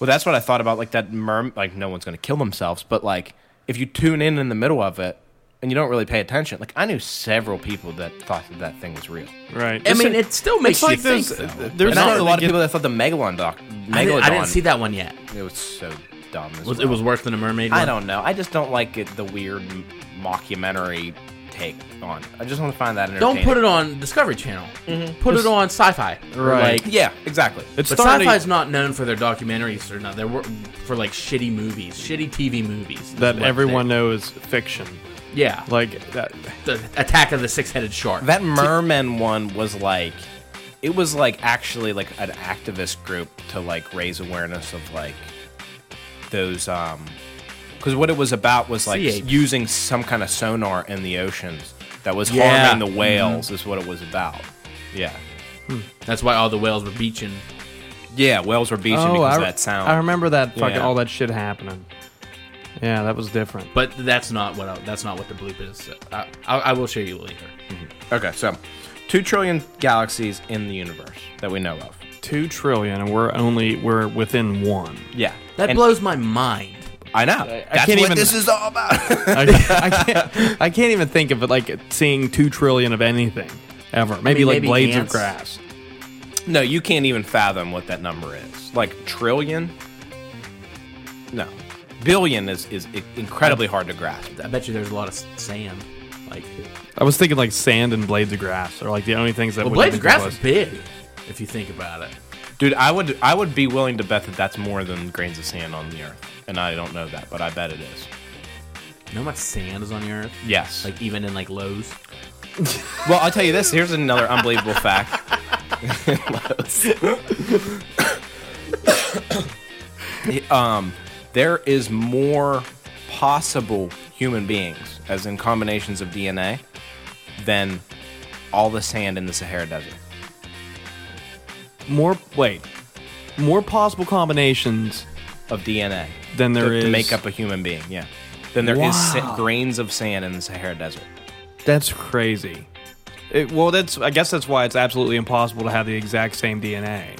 [SPEAKER 3] Well, that's what I thought about, like that merm, like no one's gonna kill themselves, but like if you tune in in the middle of it, and you don't really pay attention. Like I knew several people that thought that that thing was real.
[SPEAKER 2] right.
[SPEAKER 4] I mean, it still makes
[SPEAKER 2] it's like
[SPEAKER 4] you
[SPEAKER 2] there's-
[SPEAKER 4] think. Though.
[SPEAKER 2] there's
[SPEAKER 3] And I
[SPEAKER 2] not
[SPEAKER 3] know a lot of
[SPEAKER 2] get-
[SPEAKER 3] people that thought the Megalon doc,
[SPEAKER 4] I,
[SPEAKER 3] Megalodon.
[SPEAKER 4] didn't, I didn't see that one yet.
[SPEAKER 3] It was so dumb. As
[SPEAKER 4] Was,
[SPEAKER 3] well.
[SPEAKER 4] It was worse than a mermaid.
[SPEAKER 3] I
[SPEAKER 4] one?
[SPEAKER 3] don't know. I just don't like it. The weird m- mockumentary take on. it. I just want to find that entertaining.
[SPEAKER 4] Don't put it on Discovery Channel.
[SPEAKER 3] Mm-hmm.
[SPEAKER 4] Put it on Sci-Fi. Or,
[SPEAKER 2] Right.
[SPEAKER 4] Like,
[SPEAKER 3] Yeah, exactly.
[SPEAKER 2] It's
[SPEAKER 4] but
[SPEAKER 2] starting
[SPEAKER 4] Sci-Fi's not known for their documentaries or not. They're wor- for like shitty movies, shitty TV movies is
[SPEAKER 2] that
[SPEAKER 4] what
[SPEAKER 2] everyone
[SPEAKER 4] they-
[SPEAKER 2] knows fiction.
[SPEAKER 4] Yeah, like
[SPEAKER 2] Like that.
[SPEAKER 4] the Attack of the Six-Headed Shark.
[SPEAKER 3] that merman one was like, it was like actually like an activist group to like raise awareness of like those um, because what it was about was like
[SPEAKER 4] Sea apes.
[SPEAKER 3] using some kind of sonar in the oceans that was
[SPEAKER 4] Yeah. mm-hmm.
[SPEAKER 3] harming the whales is what it was about. Yeah.
[SPEAKER 4] That's why all the whales were beaching.
[SPEAKER 3] Yeah, whales were beaching
[SPEAKER 4] Oh,
[SPEAKER 3] because of that sound.
[SPEAKER 2] Oh, I remember that fucking
[SPEAKER 3] Yeah.
[SPEAKER 2] all that shit happening. Yeah, that was different.
[SPEAKER 4] But that's not what I, that's not what the bloop is. I, I, I will show you later.
[SPEAKER 3] Okay, so two trillion galaxies in the universe that we know of.
[SPEAKER 2] Two trillion, and we're only we're within one.
[SPEAKER 3] Yeah,
[SPEAKER 4] That
[SPEAKER 3] And
[SPEAKER 4] blows my mind.
[SPEAKER 3] I know. That's
[SPEAKER 2] can't
[SPEAKER 3] what
[SPEAKER 2] even-
[SPEAKER 3] this is all about.
[SPEAKER 2] I, I can't. I can't even think of it like seeing two trillion of anything ever. Maybe
[SPEAKER 4] mean,
[SPEAKER 2] like
[SPEAKER 4] maybe
[SPEAKER 2] blades of
[SPEAKER 4] ants.
[SPEAKER 2] grass.
[SPEAKER 3] no, you can't even fathom what that number is. Like trillion? No, billion is is i- incredibly hard to grasp.
[SPEAKER 4] I bet you there's a lot of s- sand. Like
[SPEAKER 2] I was thinking like sand and blades of grass are like the only things that.
[SPEAKER 4] well,
[SPEAKER 2] would
[SPEAKER 4] blades of
[SPEAKER 2] even
[SPEAKER 4] grass
[SPEAKER 2] close.
[SPEAKER 4] is big. If you think about it,
[SPEAKER 3] Dude, I would I would be willing to bet that that's more than grains of sand on the earth, and I don't know that, but I bet it is.
[SPEAKER 4] you know how much sand is on the earth?
[SPEAKER 3] Yes.
[SPEAKER 4] Like even in like Lowe's.
[SPEAKER 3] well, I'll tell you this. Here's another unbelievable fact. um, there is more possible human beings, as in combinations of DNA, than all the sand in the Sahara Desert.
[SPEAKER 2] more. Wait, more possible combinations
[SPEAKER 3] Of DNA
[SPEAKER 2] than there
[SPEAKER 3] to,
[SPEAKER 2] is.
[SPEAKER 3] to make up a human being. Yeah, than there is sa- grains of sand in the Sahara Desert.
[SPEAKER 2] That's crazy. It, well, that's. I guess that's why it's absolutely impossible to have the exact same DNA.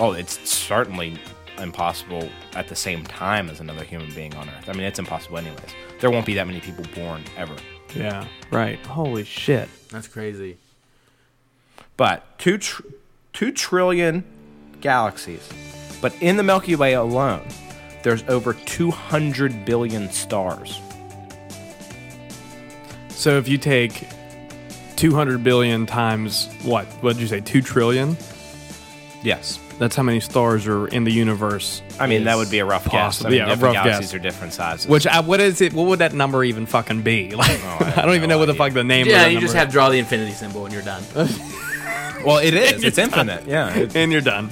[SPEAKER 3] Oh, it's certainly impossible at the same time as another human being on Earth. I mean, it's impossible, anyways. There won't be that many people born ever.
[SPEAKER 2] Yeah. Right. Holy shit.
[SPEAKER 4] That's crazy.
[SPEAKER 3] But two, tr- two trillion galaxies. But in the Milky Way alone, there's over 200 billion stars.
[SPEAKER 2] So if you take 200 billion times what? What did you say? 2 trillion?
[SPEAKER 3] Yes.
[SPEAKER 2] That's how many stars are in the universe.
[SPEAKER 3] I mean, that
[SPEAKER 2] is
[SPEAKER 3] would be a rough guess. I
[SPEAKER 2] possible.
[SPEAKER 3] mean,
[SPEAKER 2] yeah, a
[SPEAKER 3] different
[SPEAKER 2] rough
[SPEAKER 3] galaxies
[SPEAKER 2] guess.
[SPEAKER 3] are different sizes.
[SPEAKER 2] Which I, what is it? What would that number even fucking be? Like, I,
[SPEAKER 3] I have
[SPEAKER 2] don't even
[SPEAKER 3] no
[SPEAKER 2] know what the
[SPEAKER 3] idea.
[SPEAKER 2] fuck the name. of
[SPEAKER 4] Yeah,
[SPEAKER 2] that
[SPEAKER 4] you just
[SPEAKER 2] number
[SPEAKER 4] have draw the infinity symbol and you're done.
[SPEAKER 3] well, it is. It's infinite. Yeah.
[SPEAKER 2] is. and you're done.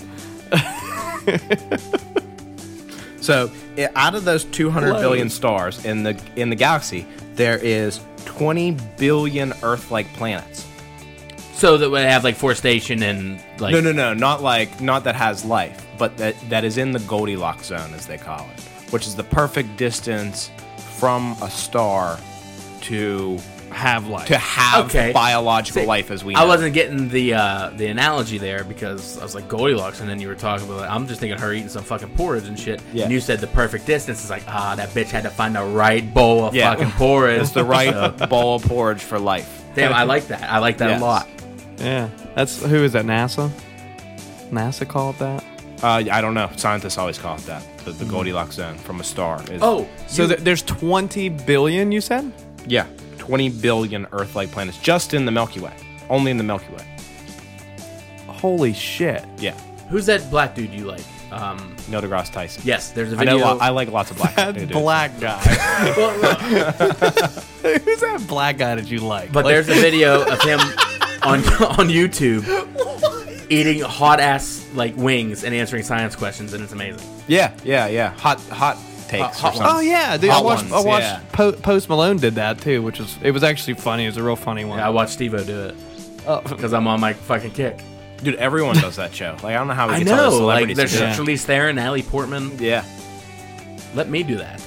[SPEAKER 3] So, i- out of those 200 billion stars in the in the galaxy, there is 20 billion Earth-like planets.
[SPEAKER 4] so that would have like forestation and like
[SPEAKER 3] No, no, no, not like not that has life, but that that is in the Goldilocks zone as they call it, which is the perfect distance from a star to
[SPEAKER 2] Have life.
[SPEAKER 3] to have
[SPEAKER 4] Okay.
[SPEAKER 3] biological
[SPEAKER 4] See,
[SPEAKER 3] life as we
[SPEAKER 4] I
[SPEAKER 3] know it.
[SPEAKER 4] wasn't getting the uh, the analogy there because I was like Goldilocks, and then you were talking about. I'm just thinking her eating some fucking porridge and shit.
[SPEAKER 3] Yeah.
[SPEAKER 4] And you said the perfect distance is like ah, that bitch had to find the right bowl of
[SPEAKER 3] Yeah.
[SPEAKER 4] fucking porridge.
[SPEAKER 3] It's the right bowl of porridge for life.
[SPEAKER 4] Damn, I like that. I like that
[SPEAKER 3] Yes.
[SPEAKER 4] a lot.
[SPEAKER 2] yeah, that's who is that? NASA. NASA called that.
[SPEAKER 3] Uh, I don't know. Scientists always call it that. The, the Goldilocks zone from a star. Is,
[SPEAKER 4] Oh,
[SPEAKER 2] So th- there's 20 billion. You said.
[SPEAKER 3] Yeah, 20 billion Earth-like planets just in the Milky Way. Only in the Milky Way.
[SPEAKER 2] Holy shit.
[SPEAKER 3] Yeah.
[SPEAKER 4] who's that black dude you like? Um,
[SPEAKER 3] Neil deGrasse Tyson.
[SPEAKER 4] yes, there's a
[SPEAKER 3] I
[SPEAKER 4] video.
[SPEAKER 3] know. lo- I like lots of black. dudes.
[SPEAKER 2] black guy.
[SPEAKER 4] Well, look,
[SPEAKER 2] Who's that black guy that you like?
[SPEAKER 4] but there's a video of him on on YouTube eating hot ass like wings and answering science questions, and it's amazing.
[SPEAKER 3] Yeah, yeah, yeah. Hot, hot takes.
[SPEAKER 4] Hot- hot
[SPEAKER 3] or
[SPEAKER 4] ones.
[SPEAKER 3] something.
[SPEAKER 2] Oh yeah, dude, I
[SPEAKER 3] Hot
[SPEAKER 2] watched.
[SPEAKER 3] ones,
[SPEAKER 2] I watched
[SPEAKER 3] yeah.
[SPEAKER 2] po- Post Malone did that too, which is it was actually funny. It was a real funny one.
[SPEAKER 4] I watched Steve-O do it
[SPEAKER 3] Oh.
[SPEAKER 4] because I'm on my fucking kick.
[SPEAKER 3] Dude, everyone does that show. Like I don't know how we
[SPEAKER 4] I
[SPEAKER 3] get all the
[SPEAKER 4] know, like
[SPEAKER 3] celebrities.
[SPEAKER 4] there's
[SPEAKER 3] to do
[SPEAKER 2] Yeah.
[SPEAKER 4] yeah. Charlize Theron, Natalie Portman.
[SPEAKER 3] that. yeah.
[SPEAKER 4] Let me do that.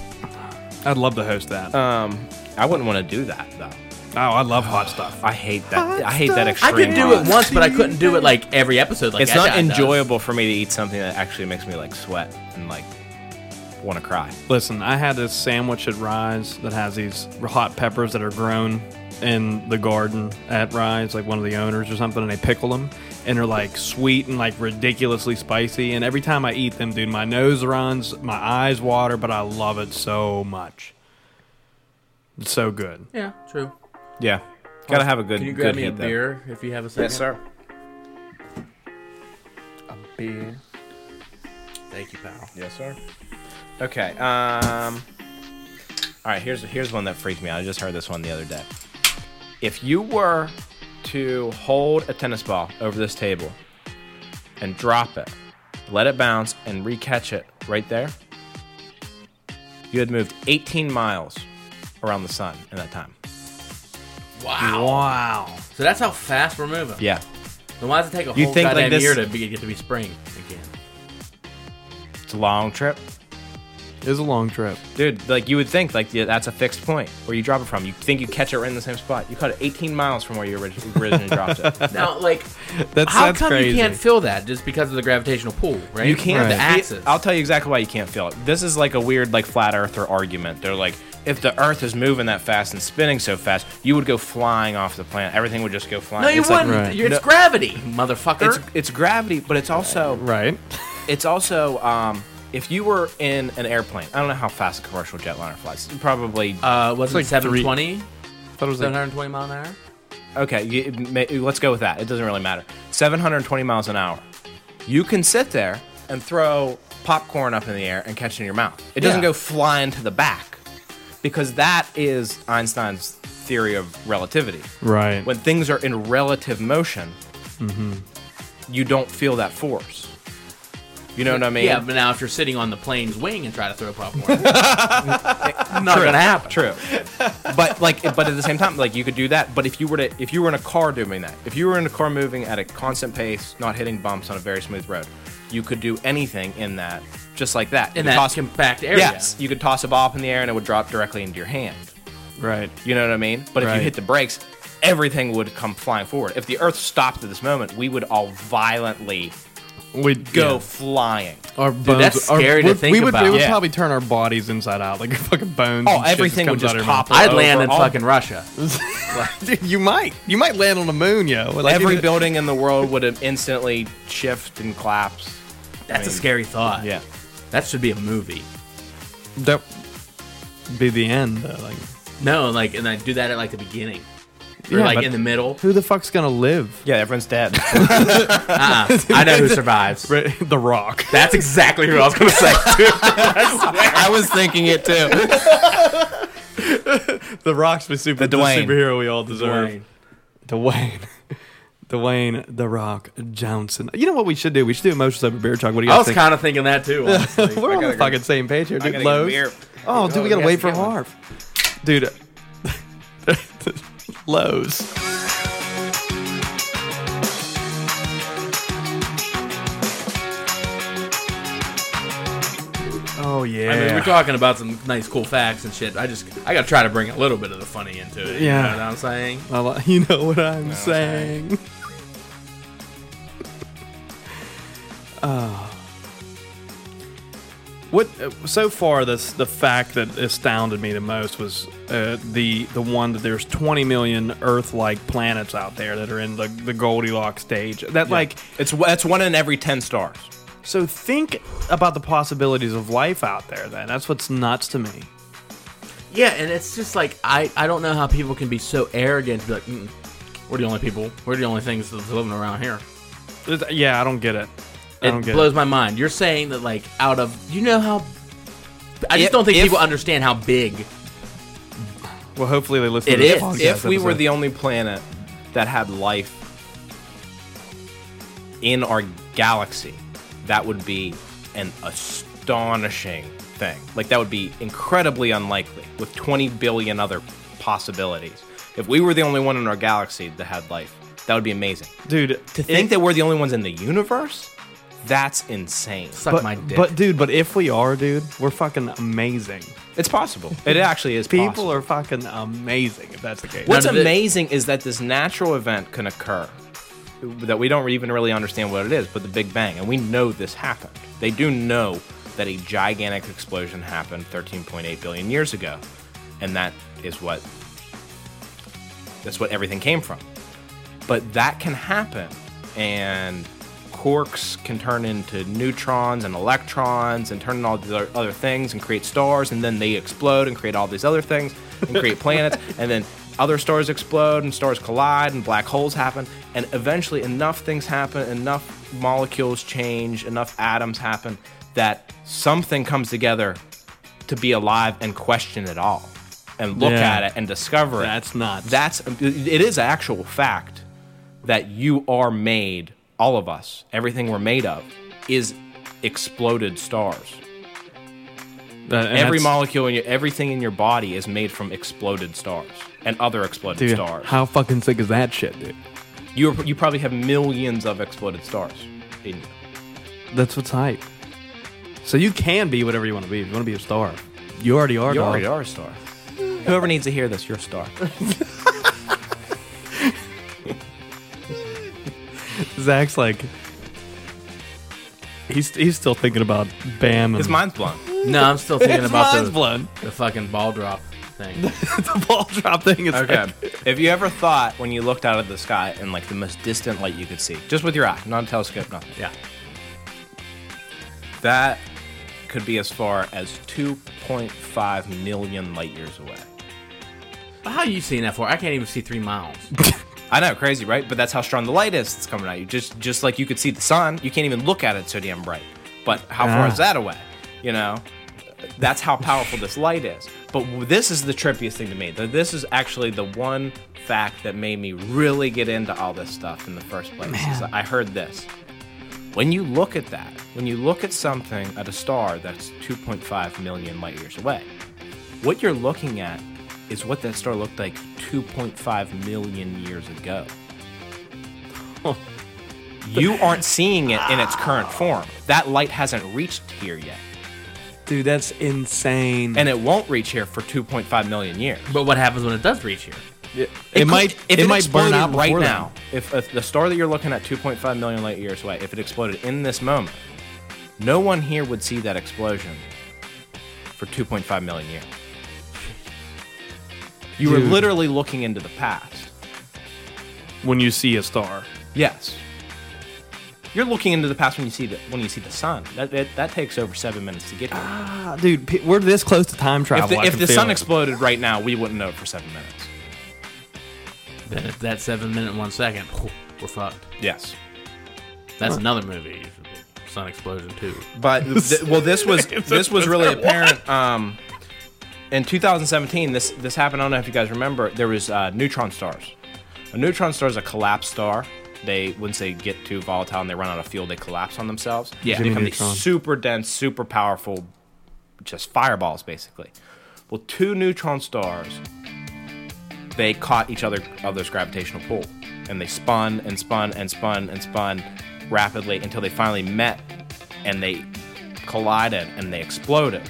[SPEAKER 2] I'd love to host that.
[SPEAKER 3] Um, I wouldn't want to do that though.
[SPEAKER 2] oh, I love hot stuff.
[SPEAKER 3] I hate that. I hate that
[SPEAKER 4] I
[SPEAKER 3] extreme.
[SPEAKER 4] could do it
[SPEAKER 3] hot.
[SPEAKER 4] once, but I couldn't do it like every episode. Like
[SPEAKER 3] It's not
[SPEAKER 4] Ed Dot does.
[SPEAKER 3] enjoyable for me to eat something that actually makes me like sweat and like want to cry.
[SPEAKER 2] Listen, I had this sandwich at Rise that has these hot peppers that are grown in the garden at Rise, like one of the owners or something, and they pickle them, and they're like sweet and like ridiculously spicy. And every time I eat them, dude, my nose runs, my eyes water, but I love it so much. It's so good.
[SPEAKER 4] Yeah, true.
[SPEAKER 3] Yeah, gotta have a good.
[SPEAKER 4] Can you
[SPEAKER 3] good
[SPEAKER 4] grab me a
[SPEAKER 3] heat, though.
[SPEAKER 4] beer if you have a second?
[SPEAKER 3] Yes, sir.
[SPEAKER 4] Beer. Thank you, pal.
[SPEAKER 3] Yes, sir. Okay. Um. All right. Here's here's one that freaked me out. I just heard this one the other day. If you were to hold a tennis ball over this table and drop it, let it bounce, and recatch it right there, you had moved 18 miles around the sun in that time.
[SPEAKER 4] Wow. Wow. So that's how fast we're moving.
[SPEAKER 3] Yeah.
[SPEAKER 4] Then why does it take a whole
[SPEAKER 3] You think, like,
[SPEAKER 4] goddamn
[SPEAKER 3] this-
[SPEAKER 4] year to be, get to be spring again?
[SPEAKER 3] It's a long trip.
[SPEAKER 2] It was a long trip.
[SPEAKER 3] Dude, like you would think, like yeah, that's a fixed point where you drop it from. You think you catch it right in the same spot. You caught it 18 miles from where you orig- originally dropped it.
[SPEAKER 4] Now, like,
[SPEAKER 2] That's
[SPEAKER 4] how
[SPEAKER 2] that's
[SPEAKER 4] come
[SPEAKER 2] crazy.
[SPEAKER 4] you can't feel that just because of the gravitational pull, right?
[SPEAKER 3] You can't.
[SPEAKER 4] The
[SPEAKER 2] Right.
[SPEAKER 4] axis.
[SPEAKER 3] I'll tell you exactly why you can't feel it. This is like a weird, like flat earther argument. They're like, if the Earth is moving that fast and spinning so fast, you would go flying off the planet. Everything would just go flying.
[SPEAKER 4] no, you
[SPEAKER 3] it's
[SPEAKER 4] wouldn't.
[SPEAKER 3] Like,
[SPEAKER 2] Right.
[SPEAKER 4] You're- It's
[SPEAKER 3] No.
[SPEAKER 4] gravity, motherfucker.
[SPEAKER 3] it's it's gravity, but it's also
[SPEAKER 2] right.
[SPEAKER 3] it's also um, if you were in an airplane. I don't know how fast a commercial jetliner flies. Probably
[SPEAKER 4] uh, wasn't
[SPEAKER 2] like three-
[SPEAKER 4] 720?
[SPEAKER 2] Thought it was like,
[SPEAKER 4] 720 mile an hour?
[SPEAKER 3] okay. You, it may- let's go with that. It doesn't really matter. 720 miles an hour. You can sit there and throw popcorn up in the air and catch it in your mouth. It doesn't
[SPEAKER 4] Yeah.
[SPEAKER 3] go flying to the back. because that is Einstein's theory of relativity.
[SPEAKER 2] right.
[SPEAKER 3] When things are in relative motion, you don't feel that force. You know what I mean?
[SPEAKER 4] Yeah, but now if you're sitting on the plane's wing and try to throw popcorn, not gonna happen.
[SPEAKER 3] True. but like but at the same time like you could do that, but if you were to if you were in a car doing that, if you were in a car moving at a constant pace, not hitting bumps on a very smooth road, you could do anything in that just like that. You
[SPEAKER 4] In
[SPEAKER 3] could
[SPEAKER 4] that
[SPEAKER 3] toss-
[SPEAKER 4] compact area.
[SPEAKER 3] Yes, you could toss a ball up in the air and it would drop directly into your hand.
[SPEAKER 2] Right.
[SPEAKER 3] You know what I mean? But if
[SPEAKER 2] Right.
[SPEAKER 3] you hit the brakes, everything would come flying forward. If the Earth stopped at this moment, we would all violently
[SPEAKER 2] We
[SPEAKER 3] go
[SPEAKER 2] yeah.
[SPEAKER 3] flying.
[SPEAKER 2] Our bones.
[SPEAKER 4] that's
[SPEAKER 2] our-
[SPEAKER 4] scary to
[SPEAKER 2] would-
[SPEAKER 4] think
[SPEAKER 2] we would,
[SPEAKER 4] about.
[SPEAKER 2] We would
[SPEAKER 3] Yeah.
[SPEAKER 2] probably turn our bodies inside out, like fucking bones.
[SPEAKER 3] Oh,
[SPEAKER 2] and shit
[SPEAKER 3] everything would
[SPEAKER 2] comes out
[SPEAKER 3] just
[SPEAKER 2] of your mouth.
[SPEAKER 3] topple.
[SPEAKER 4] I'd land in
[SPEAKER 3] over all-
[SPEAKER 4] fucking Russia.
[SPEAKER 2] Dude, you might. You might land on the moon, yo. Like,
[SPEAKER 3] Every
[SPEAKER 2] dude,
[SPEAKER 3] building in the world would have instantly shift and collapse.
[SPEAKER 4] That's a scary thought.
[SPEAKER 3] Yeah.
[SPEAKER 4] That should be a movie.
[SPEAKER 2] that be the end. Though. Like,
[SPEAKER 4] No, like, and I do that at like the beginning. Or
[SPEAKER 2] Yeah,
[SPEAKER 4] like
[SPEAKER 2] but-
[SPEAKER 4] in the middle.
[SPEAKER 2] who the fuck's gonna live?
[SPEAKER 3] Yeah, everyone's dead.
[SPEAKER 4] Uh-uh. I know who survives.
[SPEAKER 2] The Rock.
[SPEAKER 4] That's exactly who I was gonna say.
[SPEAKER 3] I was thinking it too.
[SPEAKER 2] The Rock's the, super,
[SPEAKER 3] The Dwayne.
[SPEAKER 2] superhero we all deserve. Dwayne. Dwayne. The Rock Johnson. You know what we should do? We should do emotions over beer talk. What do you
[SPEAKER 4] I
[SPEAKER 2] guys
[SPEAKER 4] was
[SPEAKER 2] think?
[SPEAKER 4] kind of thinking that too. Honestly.
[SPEAKER 2] We're on
[SPEAKER 3] gotta
[SPEAKER 2] the
[SPEAKER 3] go-
[SPEAKER 2] fucking same page here,
[SPEAKER 3] I
[SPEAKER 2] dude.
[SPEAKER 3] gotta get a
[SPEAKER 2] Lowe's.
[SPEAKER 3] beer.
[SPEAKER 2] Oh, dude,
[SPEAKER 3] Oh,
[SPEAKER 2] we gotta
[SPEAKER 3] yes,
[SPEAKER 2] wait for
[SPEAKER 3] get one.
[SPEAKER 2] Harv. Dude, Lowe's. Oh yeah.
[SPEAKER 4] I mean, we're talking about some nice, cool facts and shit. I just, I gotta try to bring a little bit of the funny into it.
[SPEAKER 2] Yeah.
[SPEAKER 4] you know what I'm saying.
[SPEAKER 2] I li- you know what I'm saying. Oh. What uh, so far this the fact that astounded me the most was uh, the the one that there's 20 million Earth-like planets out there that are in the, the Goldilocks stage. That like
[SPEAKER 3] It's that's one in every ten stars.
[SPEAKER 2] so think about the possibilities of life out there. Then that's what's nuts to me.
[SPEAKER 4] Yeah, and it's just like I, I don't know how people can be so arrogant to be like, Mm-mm, we're the only people, we're the only things that's living around here.
[SPEAKER 2] It- yeah, I don't get it. I don't
[SPEAKER 4] It
[SPEAKER 2] get
[SPEAKER 4] blows
[SPEAKER 2] it.
[SPEAKER 4] my mind. You're saying that like out of you know how. I just
[SPEAKER 3] If-
[SPEAKER 4] don't think
[SPEAKER 3] if-
[SPEAKER 4] people understand how big.
[SPEAKER 2] Well, hopefully they listen
[SPEAKER 4] It
[SPEAKER 2] to this
[SPEAKER 4] is.
[SPEAKER 2] podcast
[SPEAKER 3] if we were
[SPEAKER 2] episode.
[SPEAKER 3] the only planet that had life in our galaxy, that would be an astonishing thing. Like that would be incredibly unlikely with 20 billion other possibilities. If we were the only one in our galaxy that had life, that would be amazing.
[SPEAKER 2] dude
[SPEAKER 3] To think that we're the only ones in the universe, that's insane.
[SPEAKER 4] Suck
[SPEAKER 2] but,
[SPEAKER 4] my dick.
[SPEAKER 2] but dude, but if we are, dude, we're fucking amazing.
[SPEAKER 3] It's possible. It actually is
[SPEAKER 2] People
[SPEAKER 3] possible.
[SPEAKER 2] are fucking amazing if that's the case.
[SPEAKER 3] What's
[SPEAKER 4] None of it-
[SPEAKER 3] amazing is that this natural event can occur that we don't even really understand what it is, but the Big Bang, and we know this happened. They do know that a gigantic explosion happened 13.8 billion years ago, and that is what that's what everything came from. But that can happen, and quarks can turn into neutrons and electrons and turn into all these other- other things and create stars, and then they explode and create all these other things and create planets, and then other stars explode and stars collide and black holes happen, and eventually enough things happen, enough molecules change, enough atoms happen that something comes together to be alive and question it all and look
[SPEAKER 2] Yeah.
[SPEAKER 3] at it and discover it.
[SPEAKER 2] That's nuts.
[SPEAKER 3] That's it is an actual fact that you are made. All of us, everything we're made of, is exploded stars. Every molecule in your, everything in your body is made from exploded stars and other exploded
[SPEAKER 2] dude,
[SPEAKER 3] stars.
[SPEAKER 2] How fucking sick is that shit, dude?
[SPEAKER 3] you you probably have millions of exploded stars. in you.
[SPEAKER 2] That's what's hype. So you can be whatever you want to be. If you want to be a star, you already are.
[SPEAKER 3] You
[SPEAKER 2] dog.
[SPEAKER 3] already are a star. Whoever needs to hear this, you're a star.
[SPEAKER 2] Zach's like, he's he's still thinking about Bam. And
[SPEAKER 3] His mind's blown.
[SPEAKER 4] No, I'm still thinking
[SPEAKER 2] His
[SPEAKER 4] about
[SPEAKER 2] mind's
[SPEAKER 4] the,
[SPEAKER 2] blown.
[SPEAKER 4] the fucking ball drop thing.
[SPEAKER 2] the ball drop thing is
[SPEAKER 3] Okay. if you ever thought when you looked out of the sky and like the most distant light you could see, just with your eye, not a telescope, nothing.
[SPEAKER 4] Yeah.
[SPEAKER 3] That could be as far as 2.5 million light years away.
[SPEAKER 4] How you seen that for? I can't even see three miles.
[SPEAKER 3] I know, crazy, right? But that's how strong the light is that's coming at you. Just just like you could see the sun, you can't even look at it so damn bright. But how far
[SPEAKER 2] Ah.
[SPEAKER 3] is that away? You know, that's how powerful this light is. But w- this is the trippiest thing to me. Th- This is actually the one fact that made me really get into all this stuff in the first place. is I heard this. When you look at that, when you look at something at a star that's 2.5 million light years away, what you're looking at is what that star looked like 2.5 million years ago. you aren't seeing it in its current form. That light hasn't reached here yet.
[SPEAKER 2] dude, that's insane.
[SPEAKER 3] And it won't reach here for 2.5 million years.
[SPEAKER 4] But what happens when it does reach here?
[SPEAKER 2] it,
[SPEAKER 3] could-
[SPEAKER 2] might
[SPEAKER 3] if
[SPEAKER 2] it, might burn
[SPEAKER 3] exploded
[SPEAKER 2] out
[SPEAKER 3] right
[SPEAKER 2] before then.
[SPEAKER 3] now. If, if the star that you're looking at 2.5 million light years away, if it exploded in this moment, no one here would see that explosion for 2.5 million years. You were
[SPEAKER 2] Dude.
[SPEAKER 3] literally looking into the past.
[SPEAKER 2] When you see a star,
[SPEAKER 3] Yes. You're looking into the past when you see the when you see the sun. That that, that takes over seven minutes to get here.
[SPEAKER 2] Ah, dude, pe- we're this close to time travel.
[SPEAKER 3] if the,
[SPEAKER 2] I
[SPEAKER 3] if
[SPEAKER 2] can
[SPEAKER 3] the
[SPEAKER 2] feel
[SPEAKER 3] sun
[SPEAKER 2] it.
[SPEAKER 3] exploded right now, we wouldn't know it for seven minutes.
[SPEAKER 4] Then at that seven minute one second, we're fucked.
[SPEAKER 3] Yes.
[SPEAKER 4] That's another movie. Sun Explosion 2.
[SPEAKER 3] But th- well, this was this was really apparent. Um, in 2017, this this happened. I don't know if you guys remember. There was uh, neutron stars. A neutron star is a collapsed star. They once they get too volatile and they run out of fuel, they collapse on themselves. Yeah,
[SPEAKER 2] Jimmy
[SPEAKER 3] they become
[SPEAKER 2] Neutron.
[SPEAKER 3] these super dense, super powerful, just fireballs basically. Well, two neutron stars they caught each other other's gravitational pull and they spun and spun and spun and spun rapidly until they finally met and they collided and they exploded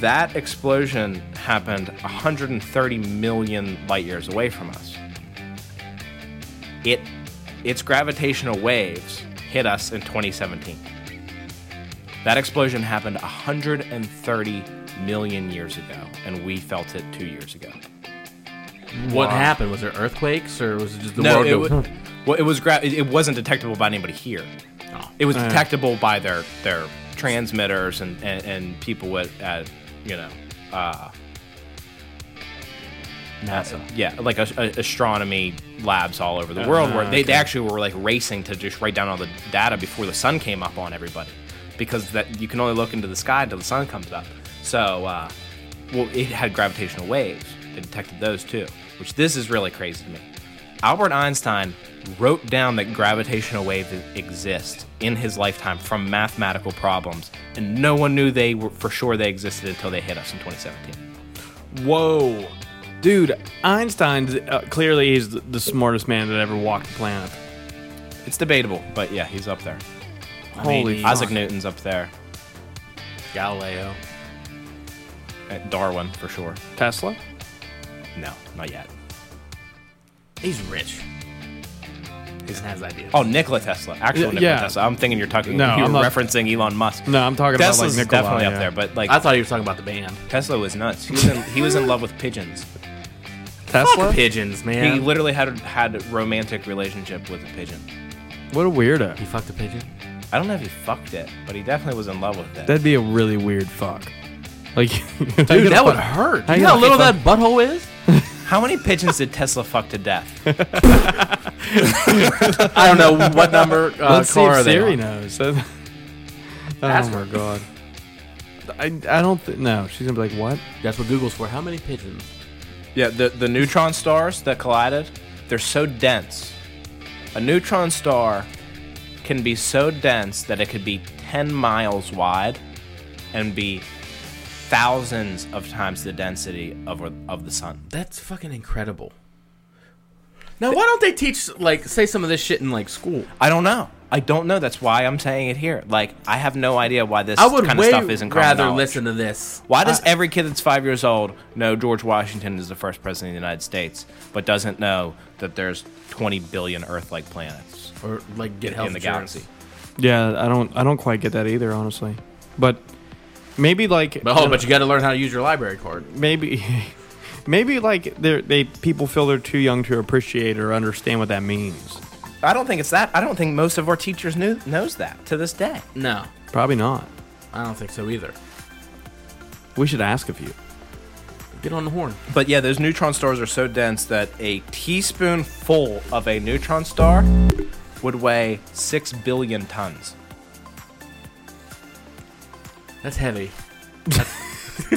[SPEAKER 3] that explosion happened 130 million light years away from us it its gravitational waves hit us in 2017 that explosion happened 130 million years ago, and we felt it two years ago.
[SPEAKER 4] What happened? Was there earthquakes or was it just the
[SPEAKER 3] it,
[SPEAKER 4] world?
[SPEAKER 3] wa- well, it was gra- it, it wasn't detectable by anybody here.
[SPEAKER 4] Oh.
[SPEAKER 3] It was detectable by their their transmitters and and, and people with at you know uh,
[SPEAKER 4] NASA. Uh,
[SPEAKER 3] yeah like a, a- astronomy labs all over the world where they, they actually were like racing to just write down all the data before the sun came up on everybody because that you can only look into the sky until the sun comes up so uh, well it had gravitational waves they detected those too which this is really crazy to me albert einstein wrote down that gravitational waves exist in his lifetime from mathematical problems and no one knew they were for sure they existed until they hit us in 2017
[SPEAKER 2] Whoa, dude, Einstein uh, clearly is the, the smartest man that ever walked the planet.
[SPEAKER 3] it's debatable but yeah he's up there
[SPEAKER 2] Holy
[SPEAKER 4] he-
[SPEAKER 2] fuck.
[SPEAKER 3] Isaac Newton's up there.
[SPEAKER 4] Galileo.
[SPEAKER 3] At Uh, Darwin, for sure.
[SPEAKER 2] Tesla.
[SPEAKER 3] No, not yet.
[SPEAKER 4] He's rich. Jason has ideas.
[SPEAKER 3] Oh, Nikola Tesla. Actual
[SPEAKER 2] Yeah,
[SPEAKER 3] Nikola
[SPEAKER 2] yeah.
[SPEAKER 3] Tesla. I'm thinking you're talking.
[SPEAKER 2] No,
[SPEAKER 3] you were
[SPEAKER 2] I'm not-
[SPEAKER 3] referencing Elon Musk.
[SPEAKER 2] No, I'm talking
[SPEAKER 3] Tesla's
[SPEAKER 2] about like Nikola,
[SPEAKER 3] definitely
[SPEAKER 2] yeah.
[SPEAKER 3] up there, but like
[SPEAKER 4] I thought he was talking about the band.
[SPEAKER 3] Tesla was nuts. He was in, he was in love with pigeons.
[SPEAKER 2] Tesla.
[SPEAKER 4] Fuck pigeons,
[SPEAKER 3] He
[SPEAKER 4] man. He,
[SPEAKER 3] literally had a, had a romantic relationship with a pigeon.
[SPEAKER 2] What a weirdo.
[SPEAKER 4] fucked a pigeon.
[SPEAKER 3] I don't know if he fucked it, but he definitely was in love with it.
[SPEAKER 2] That'd be a really weird fuck. Like,
[SPEAKER 4] Dude, that would hurt.
[SPEAKER 2] how
[SPEAKER 4] You
[SPEAKER 2] you
[SPEAKER 4] know how
[SPEAKER 2] gonna
[SPEAKER 4] little
[SPEAKER 2] fuck-
[SPEAKER 4] that butthole is?
[SPEAKER 3] How many pigeons did Tesla fuck to death?
[SPEAKER 4] I don't know what number uh,
[SPEAKER 2] Let's see
[SPEAKER 4] car
[SPEAKER 2] if
[SPEAKER 4] are they.
[SPEAKER 2] Siri
[SPEAKER 4] on.
[SPEAKER 2] knows. oh
[SPEAKER 4] Ask
[SPEAKER 2] my
[SPEAKER 4] her.
[SPEAKER 2] god. I, I don't think no. She's gonna be like, what?
[SPEAKER 4] That's what Google's for. How many pigeons?
[SPEAKER 3] Yeah, the, the neutron stars that collided, they're so dense. A neutron star can be so dense that it could be 10 miles wide and be thousands of times the density of, of the sun.
[SPEAKER 4] That's fucking incredible. Now, why don't they teach like say some of this shit in like school?
[SPEAKER 3] I don't know. I don't know. That's why I'm saying it here. Like, I have no idea why this
[SPEAKER 4] I would
[SPEAKER 3] kind of
[SPEAKER 4] way
[SPEAKER 3] stuff isn't common
[SPEAKER 4] rather
[SPEAKER 3] knowledge.
[SPEAKER 4] listen to this.
[SPEAKER 3] Why does every kid that's five years old know George Washington is the first president of the United States, but doesn't know that there's 20 billion Earth-like planets
[SPEAKER 4] Or like get
[SPEAKER 3] in
[SPEAKER 4] health
[SPEAKER 3] the
[SPEAKER 4] insurance.
[SPEAKER 3] galaxy?
[SPEAKER 2] Yeah, I don't. I don't quite get that either, honestly. But maybe like.
[SPEAKER 4] But oh, but you got to learn how to use your library card.
[SPEAKER 2] maybe. Maybe like they're, they people feel they're too young to appreciate or understand what that means.
[SPEAKER 3] I don't think it's that. I don't think most of our teachers knew, knows that to this day.
[SPEAKER 4] No,
[SPEAKER 2] Probably not.
[SPEAKER 4] I don't think so either.
[SPEAKER 2] We should ask a few.
[SPEAKER 4] Get on the horn.
[SPEAKER 3] But yeah, those neutron stars are so dense that a teaspoonful of a neutron star would weigh six billion tons.
[SPEAKER 4] That's heavy.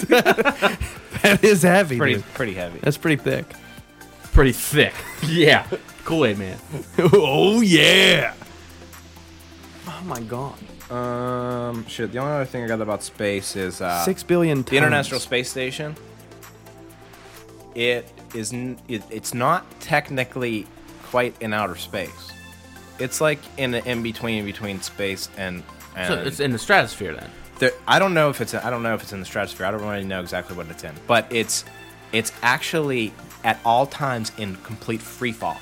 [SPEAKER 2] That is heavy.
[SPEAKER 3] Pretty,
[SPEAKER 2] dude.
[SPEAKER 3] pretty heavy.
[SPEAKER 2] That's pretty thick.
[SPEAKER 4] Pretty thick. yeah. Kool Aid Man.
[SPEAKER 2] oh yeah. Oh my god.
[SPEAKER 3] Um, shit. The only other thing I got about space is uh,
[SPEAKER 2] Six billion. Tons.
[SPEAKER 3] the International Space Station. It is. n- It, it's not technically quite in outer space. It's like in the in between between space and. and
[SPEAKER 4] So it's in the stratosphere then.
[SPEAKER 3] there, I don't know if it's I don't know if it's in the stratosphere. I don't really know exactly what it's in, but it's it's actually at all times in complete free fall.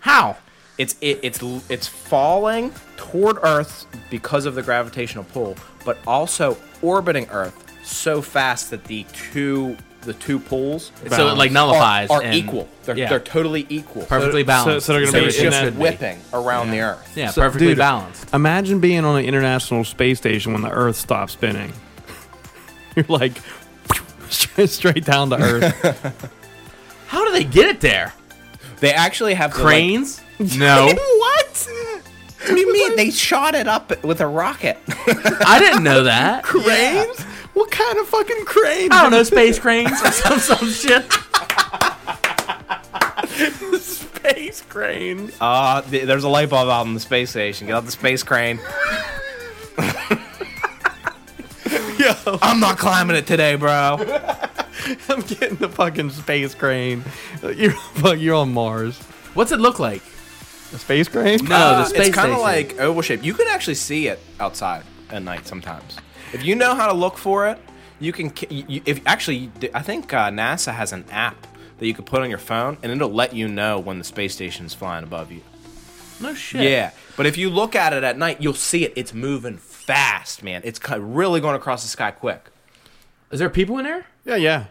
[SPEAKER 3] How? It's it, it's l- it's falling toward Earth because of the gravitational pull, but also orbiting Earth so fast that the two the two pulls
[SPEAKER 4] So it like
[SPEAKER 3] are,
[SPEAKER 4] nullifies.
[SPEAKER 3] are
[SPEAKER 4] and-
[SPEAKER 3] equal. They're,
[SPEAKER 4] yeah.
[SPEAKER 3] they're totally equal.
[SPEAKER 4] perfectly
[SPEAKER 2] so-
[SPEAKER 4] balanced.
[SPEAKER 2] so they're gonna
[SPEAKER 3] So
[SPEAKER 2] be
[SPEAKER 3] it's
[SPEAKER 2] in
[SPEAKER 3] just
[SPEAKER 2] that-
[SPEAKER 3] whipping around the Earth.
[SPEAKER 4] Yeah,
[SPEAKER 2] So-
[SPEAKER 4] perfectly
[SPEAKER 2] dude,
[SPEAKER 4] balanced.
[SPEAKER 2] Imagine being on an international space station when the Earth stops spinning. You're like straight down to Earth.
[SPEAKER 4] How do they get it there?
[SPEAKER 3] They actually have to, like-
[SPEAKER 4] Cranes?
[SPEAKER 2] no.
[SPEAKER 3] What? What do you mean? They shot it up with a rocket.
[SPEAKER 4] I didn't know that.
[SPEAKER 2] Cranes? What kind of fucking crane?
[SPEAKER 4] I don't know, space cranes or some, some shit.
[SPEAKER 2] Space crane.
[SPEAKER 3] Uh, th- there's a light bulb out in the space station. Get out the space crane. I'm not climbing it today, bro.
[SPEAKER 2] I'm getting the fucking space crane. You're fuck, you're on Mars.
[SPEAKER 4] What's it look like?
[SPEAKER 2] A space crane?
[SPEAKER 4] No, the space
[SPEAKER 3] Uh, it's kind of
[SPEAKER 4] station.
[SPEAKER 3] like oval shaped. You can actually see it outside at night sometimes. If you know how to look for it, you can. ca- You, you- if actually, I think uh, NASA has an app that you can put on your phone, and it'll let you know when the space station's flying above you.
[SPEAKER 4] No shit.
[SPEAKER 3] Yeah, but if you look at it at night, you'll see it. It's moving fast, man. It's ki- really going across the sky quick.
[SPEAKER 4] Is there people in there?
[SPEAKER 2] Yeah, yeah.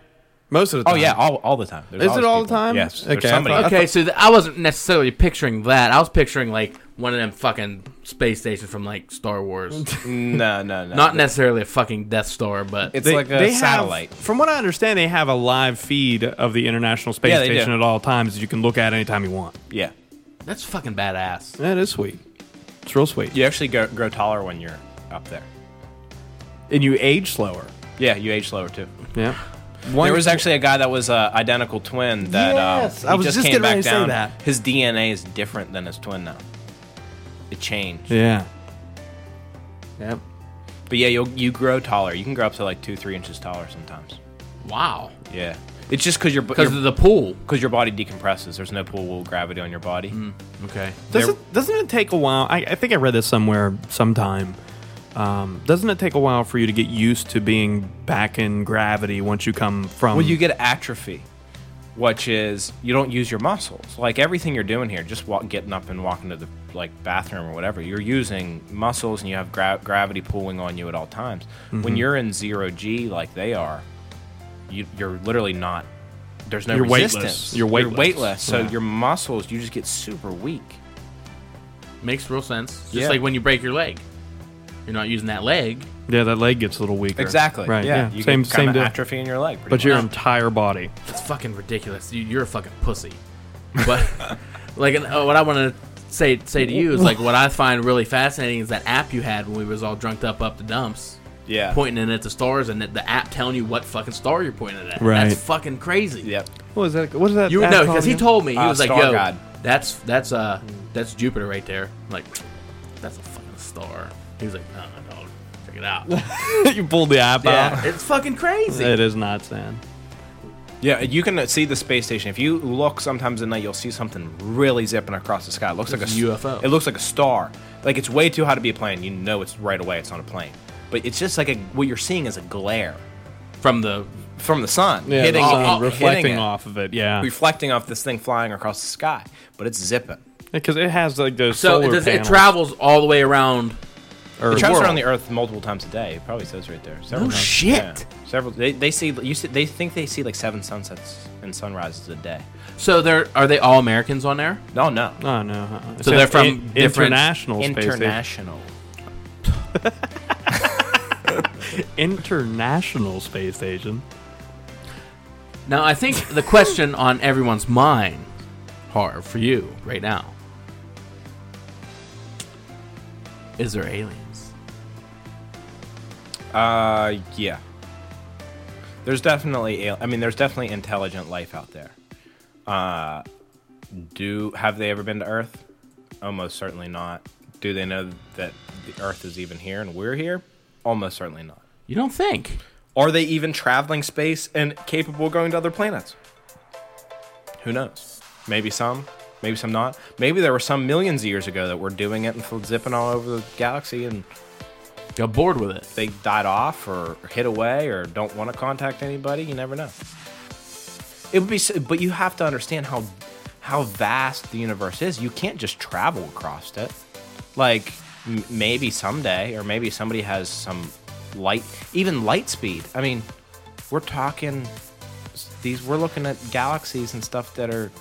[SPEAKER 2] Most
[SPEAKER 3] Oh,
[SPEAKER 2] of the time.
[SPEAKER 3] all, all the time. There's
[SPEAKER 2] Is it all the time?
[SPEAKER 3] Yes.
[SPEAKER 2] Okay,
[SPEAKER 3] there's
[SPEAKER 2] I
[SPEAKER 3] somebody.
[SPEAKER 2] thought-
[SPEAKER 4] Okay, so th- I wasn't necessarily picturing that. I was picturing like one of them fucking space stations from like Star Wars.
[SPEAKER 3] No, no, no.
[SPEAKER 4] Not necessarily a fucking Death Star, but
[SPEAKER 3] It's
[SPEAKER 2] They-
[SPEAKER 3] like
[SPEAKER 2] they
[SPEAKER 3] a
[SPEAKER 2] have-
[SPEAKER 3] satellite.
[SPEAKER 2] from what I understand, they have a live feed of the International Space
[SPEAKER 3] Yeah, they
[SPEAKER 2] Station
[SPEAKER 3] do.
[SPEAKER 2] at all times that you can look at anytime you want.
[SPEAKER 3] Yeah.
[SPEAKER 4] that's fucking badass.
[SPEAKER 2] That is sweet. It's real sweet.
[SPEAKER 3] You actually go, grow taller when you're up there.
[SPEAKER 2] And you age slower.
[SPEAKER 3] Yeah, you age slower too.
[SPEAKER 2] Yeah.
[SPEAKER 3] There was actually a guy that was uh, identical twin that
[SPEAKER 2] Yes,
[SPEAKER 3] um,
[SPEAKER 2] I
[SPEAKER 3] he
[SPEAKER 2] was
[SPEAKER 3] just
[SPEAKER 2] just
[SPEAKER 3] came
[SPEAKER 2] getting
[SPEAKER 3] back
[SPEAKER 2] ready to say
[SPEAKER 3] down.
[SPEAKER 2] that.
[SPEAKER 3] His DNA is different than his twin now. It changed.
[SPEAKER 2] Yeah. Yep.
[SPEAKER 3] But yeah, you'll you grow taller. You can grow up to like two, three inches taller sometimes.
[SPEAKER 4] Wow.
[SPEAKER 3] Yeah. It's just because your bo-
[SPEAKER 4] Because
[SPEAKER 3] your-
[SPEAKER 4] of the pool.
[SPEAKER 3] because your body decompresses. There's no pull of gravity on your body.
[SPEAKER 2] Mm-hmm.
[SPEAKER 4] Okay.
[SPEAKER 2] Doesn't, doesn't it take a while? I, I think I read this somewhere sometime. Um, doesn't it take a while for you to get used to being back in gravity once you come from?
[SPEAKER 3] Well, you get atrophy. which is you don't use your muscles. Like everything you're doing here, just walk, getting up and walking to the like bathroom or whatever, you're using muscles and you have gra- gravity pulling on you at all times. When
[SPEAKER 2] Mm-hmm.
[SPEAKER 3] you're in zero G like they are, you, you're literally not. There's no
[SPEAKER 2] You're weightless.
[SPEAKER 3] resistance.
[SPEAKER 2] You're weightless.
[SPEAKER 3] So
[SPEAKER 2] Yeah.
[SPEAKER 3] your muscles, you just get super weak.
[SPEAKER 4] Makes real sense. Just
[SPEAKER 3] Yeah.
[SPEAKER 4] like when you break your leg, you're not using that leg.
[SPEAKER 2] Yeah, that leg gets a little weaker.
[SPEAKER 3] Exactly.
[SPEAKER 2] Right.
[SPEAKER 3] Yeah.
[SPEAKER 2] Yeah.
[SPEAKER 3] You
[SPEAKER 2] Same.
[SPEAKER 3] get kinda
[SPEAKER 2] Same. Deal.
[SPEAKER 3] atrophy in your leg. pretty
[SPEAKER 2] But your
[SPEAKER 3] much.
[SPEAKER 2] entire body.
[SPEAKER 4] It's fucking ridiculous. You, you're a fucking pussy. But like, and, uh, what I want to say say to you is like what I find really fascinating is that app you had when we was all drunked up up the dumps,
[SPEAKER 3] yeah.
[SPEAKER 4] pointing it at the stars, and that the app telling you what fucking star you're pointing it at.
[SPEAKER 2] Right.
[SPEAKER 4] That's fucking crazy.
[SPEAKER 3] Yep.
[SPEAKER 2] What is that? What is that?
[SPEAKER 4] You would
[SPEAKER 2] app
[SPEAKER 4] know
[SPEAKER 2] called
[SPEAKER 4] because he
[SPEAKER 2] again?
[SPEAKER 4] told me he
[SPEAKER 3] Uh,
[SPEAKER 4] was like,
[SPEAKER 3] Star
[SPEAKER 4] "Yo,
[SPEAKER 3] God.
[SPEAKER 4] that's that's uh that's Jupiter right there." I'm like, that's a fucking star. He was like, "No, no, dog, check it out."
[SPEAKER 2] you pulled the app
[SPEAKER 4] yeah,
[SPEAKER 2] out.
[SPEAKER 4] it's fucking crazy.
[SPEAKER 2] It is not sand.
[SPEAKER 3] Yeah, you can see the space station. If you look sometimes at night, you'll see something really zipping across the sky. It looks like
[SPEAKER 4] It's
[SPEAKER 3] a
[SPEAKER 4] a UFO.
[SPEAKER 3] It looks like a star. Like it's way too high to be a plane. You know, it's right away. It's on a plane, but it's just like a, what you're seeing is a glare
[SPEAKER 4] From the
[SPEAKER 3] from the sun
[SPEAKER 2] Yeah,
[SPEAKER 3] hitting,
[SPEAKER 2] the sun
[SPEAKER 3] off- hitting
[SPEAKER 2] reflecting
[SPEAKER 3] it,
[SPEAKER 2] off of it. Yeah,
[SPEAKER 3] reflecting off this thing flying across the sky. But it's zipping.
[SPEAKER 2] because it has like those
[SPEAKER 4] so it,
[SPEAKER 2] solar
[SPEAKER 4] does, it
[SPEAKER 2] panels.
[SPEAKER 4] travels all the way around.
[SPEAKER 2] or
[SPEAKER 3] It travels
[SPEAKER 2] world.
[SPEAKER 3] around the Earth multiple times a day. It probably says right there. Several
[SPEAKER 4] No
[SPEAKER 3] times.
[SPEAKER 4] Oh, shit.
[SPEAKER 3] Yeah. Several. They, they see. You see, They think they see like seven sunsets and sunrises a day.
[SPEAKER 4] So there are they all Americans on there?
[SPEAKER 3] No, no.
[SPEAKER 2] Oh no! uh-uh. It
[SPEAKER 4] So
[SPEAKER 2] says
[SPEAKER 4] they're from
[SPEAKER 2] in-
[SPEAKER 4] different-
[SPEAKER 2] international space station.
[SPEAKER 3] International.
[SPEAKER 2] international space station.
[SPEAKER 4] Now I think the question on everyone's mind, Harv, for you right now, is there aliens?
[SPEAKER 3] Uh, yeah. There's definitely, al- I mean, there's definitely intelligent life out there. Uh, do have they ever been to Earth? Almost certainly not. Do they know that the Earth is even here and we're here? Almost certainly not.
[SPEAKER 4] You don't think?
[SPEAKER 3] Are they even traveling space and capable of going to other planets? Who knows? Maybe some, maybe some not. Maybe there were some millions of years ago that were doing it and fl- zipping all over the galaxy and
[SPEAKER 4] Got bored with it.
[SPEAKER 3] they died off or hid away or don't want to contact anybody. You never know. It would be, so, but you have to understand how how vast the universe is. You can't just travel across it. Like m- maybe someday, or maybe somebody has some light, even light speed. I mean, we're talking s- these. We're looking at galaxies and stuff that are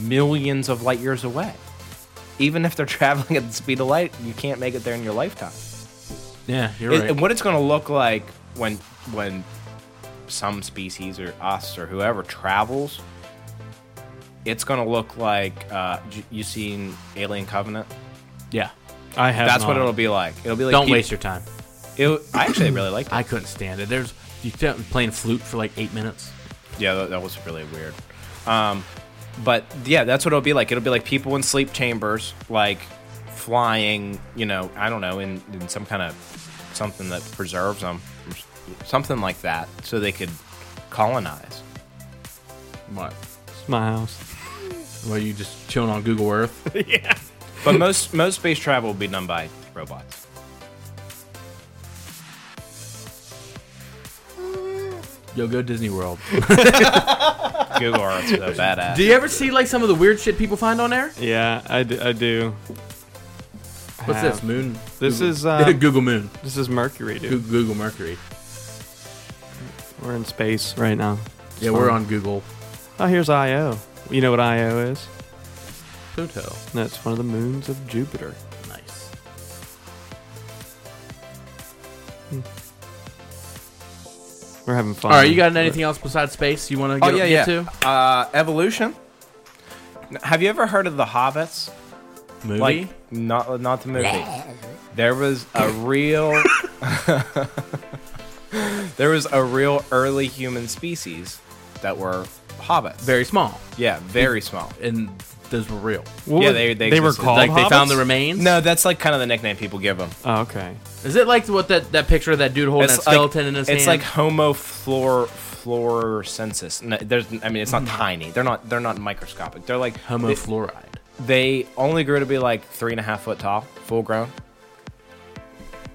[SPEAKER 3] millions of light years away. Even if they're traveling at the speed of light, you can't make it there in your lifetime.
[SPEAKER 4] Yeah, you're
[SPEAKER 3] It-
[SPEAKER 4] right.
[SPEAKER 3] and what it's going to look like when when some species or us or whoever travels it's going to look like uh, j- you seen alien covenant
[SPEAKER 4] yeah.
[SPEAKER 2] I have.
[SPEAKER 3] that's what
[SPEAKER 2] not.
[SPEAKER 3] it'll be like it'll be like
[SPEAKER 4] Don't
[SPEAKER 3] peop-
[SPEAKER 4] waste your time.
[SPEAKER 3] it'll- i actually really liked it
[SPEAKER 4] I couldn't stand it. There's you kept playing flute for like eight minutes.
[SPEAKER 3] yeah that, that was really weird um, but yeah that's what it'll be like it'll be like people in sleep chambers like flying you know i don't know in, in some kind of something that preserves them or s- something like that so they could colonize
[SPEAKER 4] What?
[SPEAKER 2] It's my house.
[SPEAKER 4] Well, you just chilling on Google Earth.
[SPEAKER 3] But most most space travel will be done by robots.
[SPEAKER 4] Yo, go Disney World.
[SPEAKER 3] Google Earth's a badass.
[SPEAKER 4] Do you ever see like some of the weird shit people find on there?
[SPEAKER 2] Yeah, I d- I do.
[SPEAKER 4] What's
[SPEAKER 2] Have.
[SPEAKER 4] this? um, Moon.
[SPEAKER 2] This
[SPEAKER 4] Google-
[SPEAKER 2] is, uh,
[SPEAKER 4] Google Moon.
[SPEAKER 2] This is Mercury, dude.
[SPEAKER 4] Goo- Google Mercury.
[SPEAKER 2] We're in space right now.
[SPEAKER 4] Yeah, we're on Google
[SPEAKER 2] Oh, here's Io. You know what Io is?
[SPEAKER 4] Pluto.
[SPEAKER 2] That's one of the moons of Jupiter.
[SPEAKER 4] Nice.
[SPEAKER 2] We're having fun.
[SPEAKER 4] All right, you got anything else besides space you want to get, get to?
[SPEAKER 3] Uh, evolution. N- Have you ever heard of the Hobbits?
[SPEAKER 4] Movie.
[SPEAKER 3] Like not not the movie. There was a real. there was a real early human species that were hobbits.
[SPEAKER 4] very small,
[SPEAKER 3] yeah, very small.
[SPEAKER 4] and those were real.
[SPEAKER 2] What
[SPEAKER 3] Yeah,
[SPEAKER 2] were-
[SPEAKER 3] they- they
[SPEAKER 2] were
[SPEAKER 3] existed.
[SPEAKER 2] called
[SPEAKER 4] like they found
[SPEAKER 2] hobbits?
[SPEAKER 4] the remains.
[SPEAKER 3] No, that's like kind of the nickname people give them.
[SPEAKER 2] Oh, okay.
[SPEAKER 4] Is it like what that, that picture of that dude holding that skeleton
[SPEAKER 3] like,
[SPEAKER 4] in his
[SPEAKER 3] it's
[SPEAKER 4] hand?
[SPEAKER 3] like Homo flor fluorescensis. No, there's, I mean, it's not tiny. They're not. They're not microscopic. They're like
[SPEAKER 4] Mm-hmm. Homo
[SPEAKER 3] they,
[SPEAKER 4] fluoride.
[SPEAKER 3] they only grew to be like three and a half foot tall, full grown.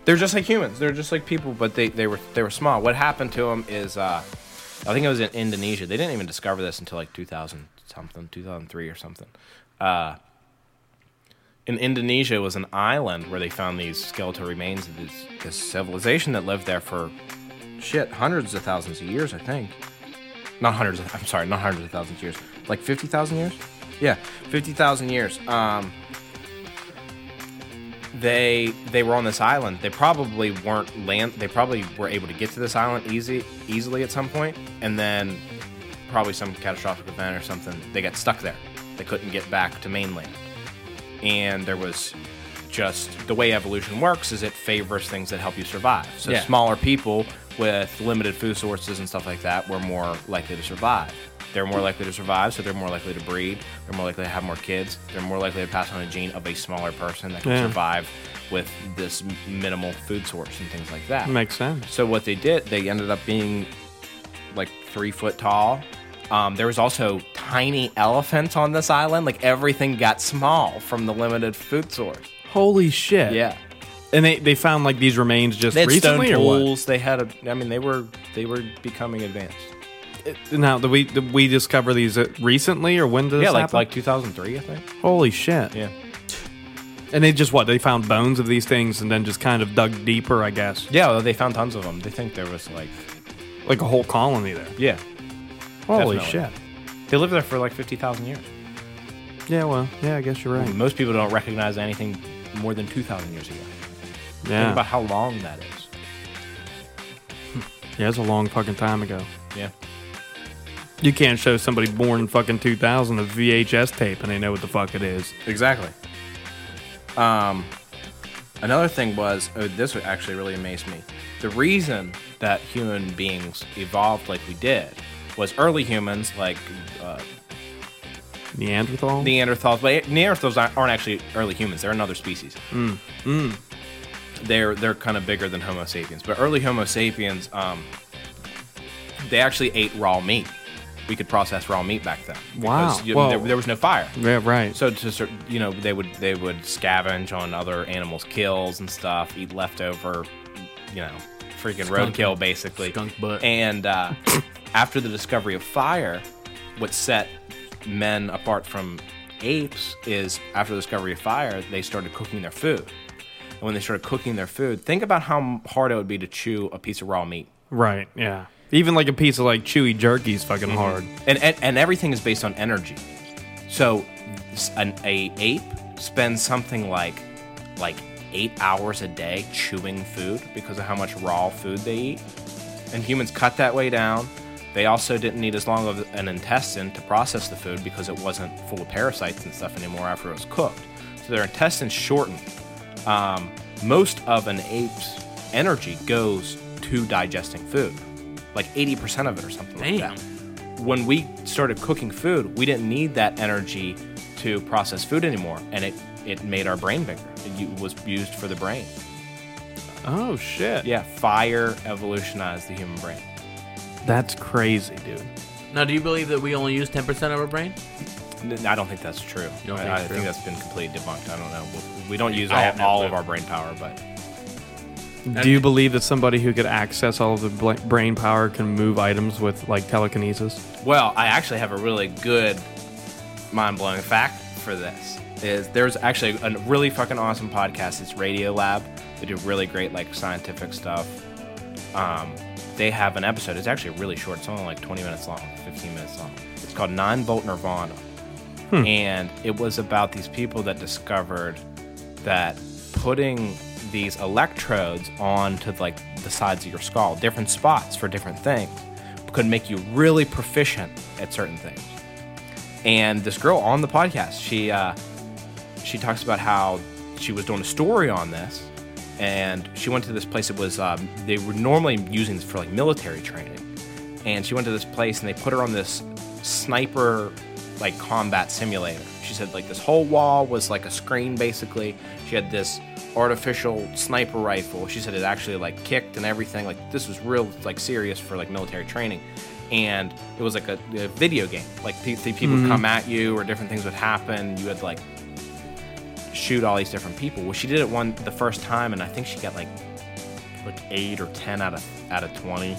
[SPEAKER 3] They're just like humans. They're just like people, but they, they were they were small. What happened to them is uh, I think it was in Indonesia. They didn't even discover this until like 2000 something, 2003 or something. Uh, in Indonesia was an island where they found these skeletal remains of this, this civilization that lived there for shit hundreds of thousands of years, I think. Not hundreds. Of, I'm sorry, not hundreds of thousands of years. Like fifty thousand years. Yeah, fifty thousand years. Um, they they were on this island. They probably weren't land. They probably were able to get to this island easy easily at some point, and then probably some catastrophic event or something. They got stuck there. They couldn't get back to mainland, and there was just the way evolution works is it favors things that help you survive. So
[SPEAKER 4] Yeah.
[SPEAKER 3] smaller people with limited food sources and stuff like that were more likely to survive. They're more likely to survive, so they're more likely to breed. They're more likely to have more kids. They're more likely to pass on a gene of a smaller person that can
[SPEAKER 2] Yeah.
[SPEAKER 3] survive with this minimal food source and things like that.
[SPEAKER 2] Makes sense.
[SPEAKER 3] So what they did, they ended up being like three foot tall. Um, there was also tiny elephants on this island. Like everything got small from the limited food source.
[SPEAKER 2] Holy shit.
[SPEAKER 3] Yeah,
[SPEAKER 2] And they, they found like these remains just
[SPEAKER 3] they had
[SPEAKER 2] recently
[SPEAKER 3] stone
[SPEAKER 2] or what?
[SPEAKER 3] tools. They had a. I mean, they were they were becoming advanced.
[SPEAKER 2] Now, did we did we discover these uh, recently or when did
[SPEAKER 3] yeah,
[SPEAKER 2] this
[SPEAKER 3] like
[SPEAKER 2] happen?
[SPEAKER 3] like 2003, I think.
[SPEAKER 2] holy shit.
[SPEAKER 3] Yeah.
[SPEAKER 2] And they just what? They found bones of these things and then just kind of dug deeper, I guess.
[SPEAKER 3] Yeah, well, they found tons of them. They think there was like
[SPEAKER 2] Like a whole colony there.
[SPEAKER 3] yeah.
[SPEAKER 2] Holy
[SPEAKER 3] Definitely. They lived there for like 50,000 years.
[SPEAKER 2] shit. Yeah, well, yeah, I guess you're right.
[SPEAKER 3] Most people don't recognize anything more than 2,000 years ago. Think about
[SPEAKER 2] Yeah.
[SPEAKER 3] how long that is.
[SPEAKER 2] Yeah, it's a long fucking time ago.
[SPEAKER 3] Yeah.
[SPEAKER 2] You can't show somebody born in fucking 2000 a VHS tape and they know what the fuck it is.
[SPEAKER 3] Exactly. Um, another thing was oh, this would actually really amazed me. The reason that human beings evolved like we did was early humans, like uh,
[SPEAKER 2] Neanderthal?
[SPEAKER 3] Neanderthals, but Neanderthals aren't aren't actually early humans; they're another species.
[SPEAKER 2] Mm,
[SPEAKER 3] They're they're kind of bigger than Homo sapiens, but early Homo sapiens, um, they actually ate raw meat. We could process raw meat back then.
[SPEAKER 2] Wow.
[SPEAKER 3] because, you-
[SPEAKER 2] Well-
[SPEAKER 3] there, there was no fire.
[SPEAKER 2] yeah, right.
[SPEAKER 3] So to sort- you know, they would they would scavenge on other animals' kills and stuff, eat leftover, you know, freaking
[SPEAKER 4] Skunk-
[SPEAKER 3] roadkill basically.
[SPEAKER 4] skunk butt.
[SPEAKER 3] And uh, after the discovery of fire, what set men apart from apes is after the discovery of fire, they started cooking their food. And when they started cooking their food, think about how hard it would be to chew a piece of raw meat.
[SPEAKER 2] right, yeah. Even like a piece of like chewy jerky is
[SPEAKER 3] Mm-hmm.
[SPEAKER 2] fucking hard.
[SPEAKER 3] and, and and everything is based on energy. So s- an a ape spends something like like eight hours a day chewing food because of how much raw food they eat, and humans cut that way down. They also didn't need as long of an intestine to process the food because it wasn't full of parasites and stuff anymore after it was cooked. So their intestines shortened. Um, most of an ape's energy goes to digesting food, like 80% of it or something like
[SPEAKER 4] Damn.
[SPEAKER 3] that when we started cooking food, we didn't need that energy to process food anymore, and it it made our brain bigger. It u- was used for the brain.
[SPEAKER 2] Oh, shit.
[SPEAKER 3] Yeah, fire evolutionized the human brain.
[SPEAKER 2] That's crazy, dude.
[SPEAKER 4] Now, do you believe that we only use 10% of our brain?
[SPEAKER 3] N- I don't think that's true.
[SPEAKER 4] You don't
[SPEAKER 3] I,
[SPEAKER 4] think
[SPEAKER 3] I
[SPEAKER 4] it's
[SPEAKER 3] think
[SPEAKER 4] true?
[SPEAKER 3] that's been completely debunked. I don't know. We- We don't use
[SPEAKER 4] I
[SPEAKER 3] all,
[SPEAKER 4] have no
[SPEAKER 3] all
[SPEAKER 4] clue.
[SPEAKER 3] of our brain power, but
[SPEAKER 2] Do you believe that somebody who could access all of the bl- brain power can move items with like telekinesis?
[SPEAKER 3] Well, I actually have a really good mind blowing fact for this. Is there's actually a really fucking awesome podcast. It's Radio Lab. They do really great like scientific stuff. Um, they have an episode. It's actually really short. It's only like 20 minutes long, 15 minutes long. It's called Nine Volt Nirvana,
[SPEAKER 4] Hmm.
[SPEAKER 3] and it was about these people that discovered that putting these electrodes onto like the sides of your skull, different spots for different things, could make you really proficient at certain things. And this girl on the podcast, she uh, she talks about how she was doing a story on this, and she went to this place. It was um, they were normally using this for like military training, and she went to this place and they put her on this sniper like combat simulator. She said like this whole wall was like a screen basically. She had this artificial sniper rifle. She said it actually like kicked and everything. Like this was real like serious for like military training. And it was like a, a video game. Like pe- pe- people would come at you or different things would happen. You had like shoot all these different people. Well, she did it one the first time, and I think she got like like eight or ten out of out of twenty.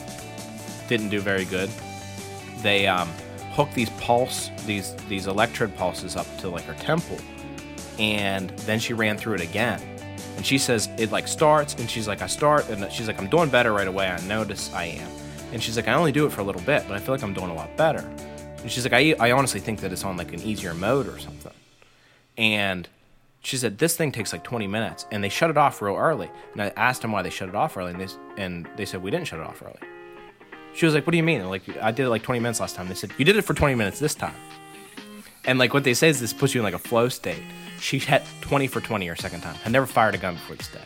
[SPEAKER 3] Didn't do very good. they um, hook these pulse these these electrode pulses up to like her temple, and then she ran through it again. And she says it like starts, and she's like, I start, and she's like, I'm doing better right away. I notice I am, and she's like, I only do it for a little bit, but I feel like I'm doing a lot better. And she's like, I, I honestly think that it's on like an easier mode or something. And she said this thing takes like 20 minutes, and they shut it off real early. And I asked them why they shut it off early, and they s- and they said we didn't shut it off early. She was like, "What do you mean?" I'm like I did it like 20 minutes last time. They said you did it for 20 minutes this time. And like what they say is this puts you in like a flow state. She hit 20 for 20 her second time. Had never fired a gun before this day.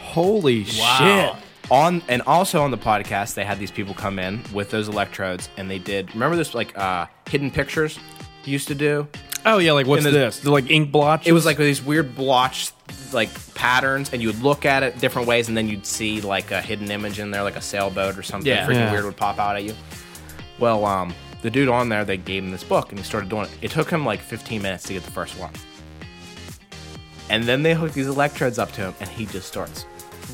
[SPEAKER 2] Holy
[SPEAKER 4] Wow.
[SPEAKER 2] shit!
[SPEAKER 3] On and also on the podcast, they had these people come in with those electrodes, and they did. Remember this like uh, hidden pictures used to do.
[SPEAKER 2] Oh yeah, like what's
[SPEAKER 3] And there's-
[SPEAKER 2] this? The, like ink blotches.
[SPEAKER 3] It was like these weird blotch like patterns, and you would look at it different ways, and then you'd see like a hidden image in there, like a sailboat or something.
[SPEAKER 4] Yeah.
[SPEAKER 3] freaking
[SPEAKER 2] Yeah.
[SPEAKER 3] weird would pop out at you. Well, um, the dude on there, they gave him this book, and he started doing it. It took him like 15 minutes to get the first one, and then they hooked these electrodes up to him, and he just starts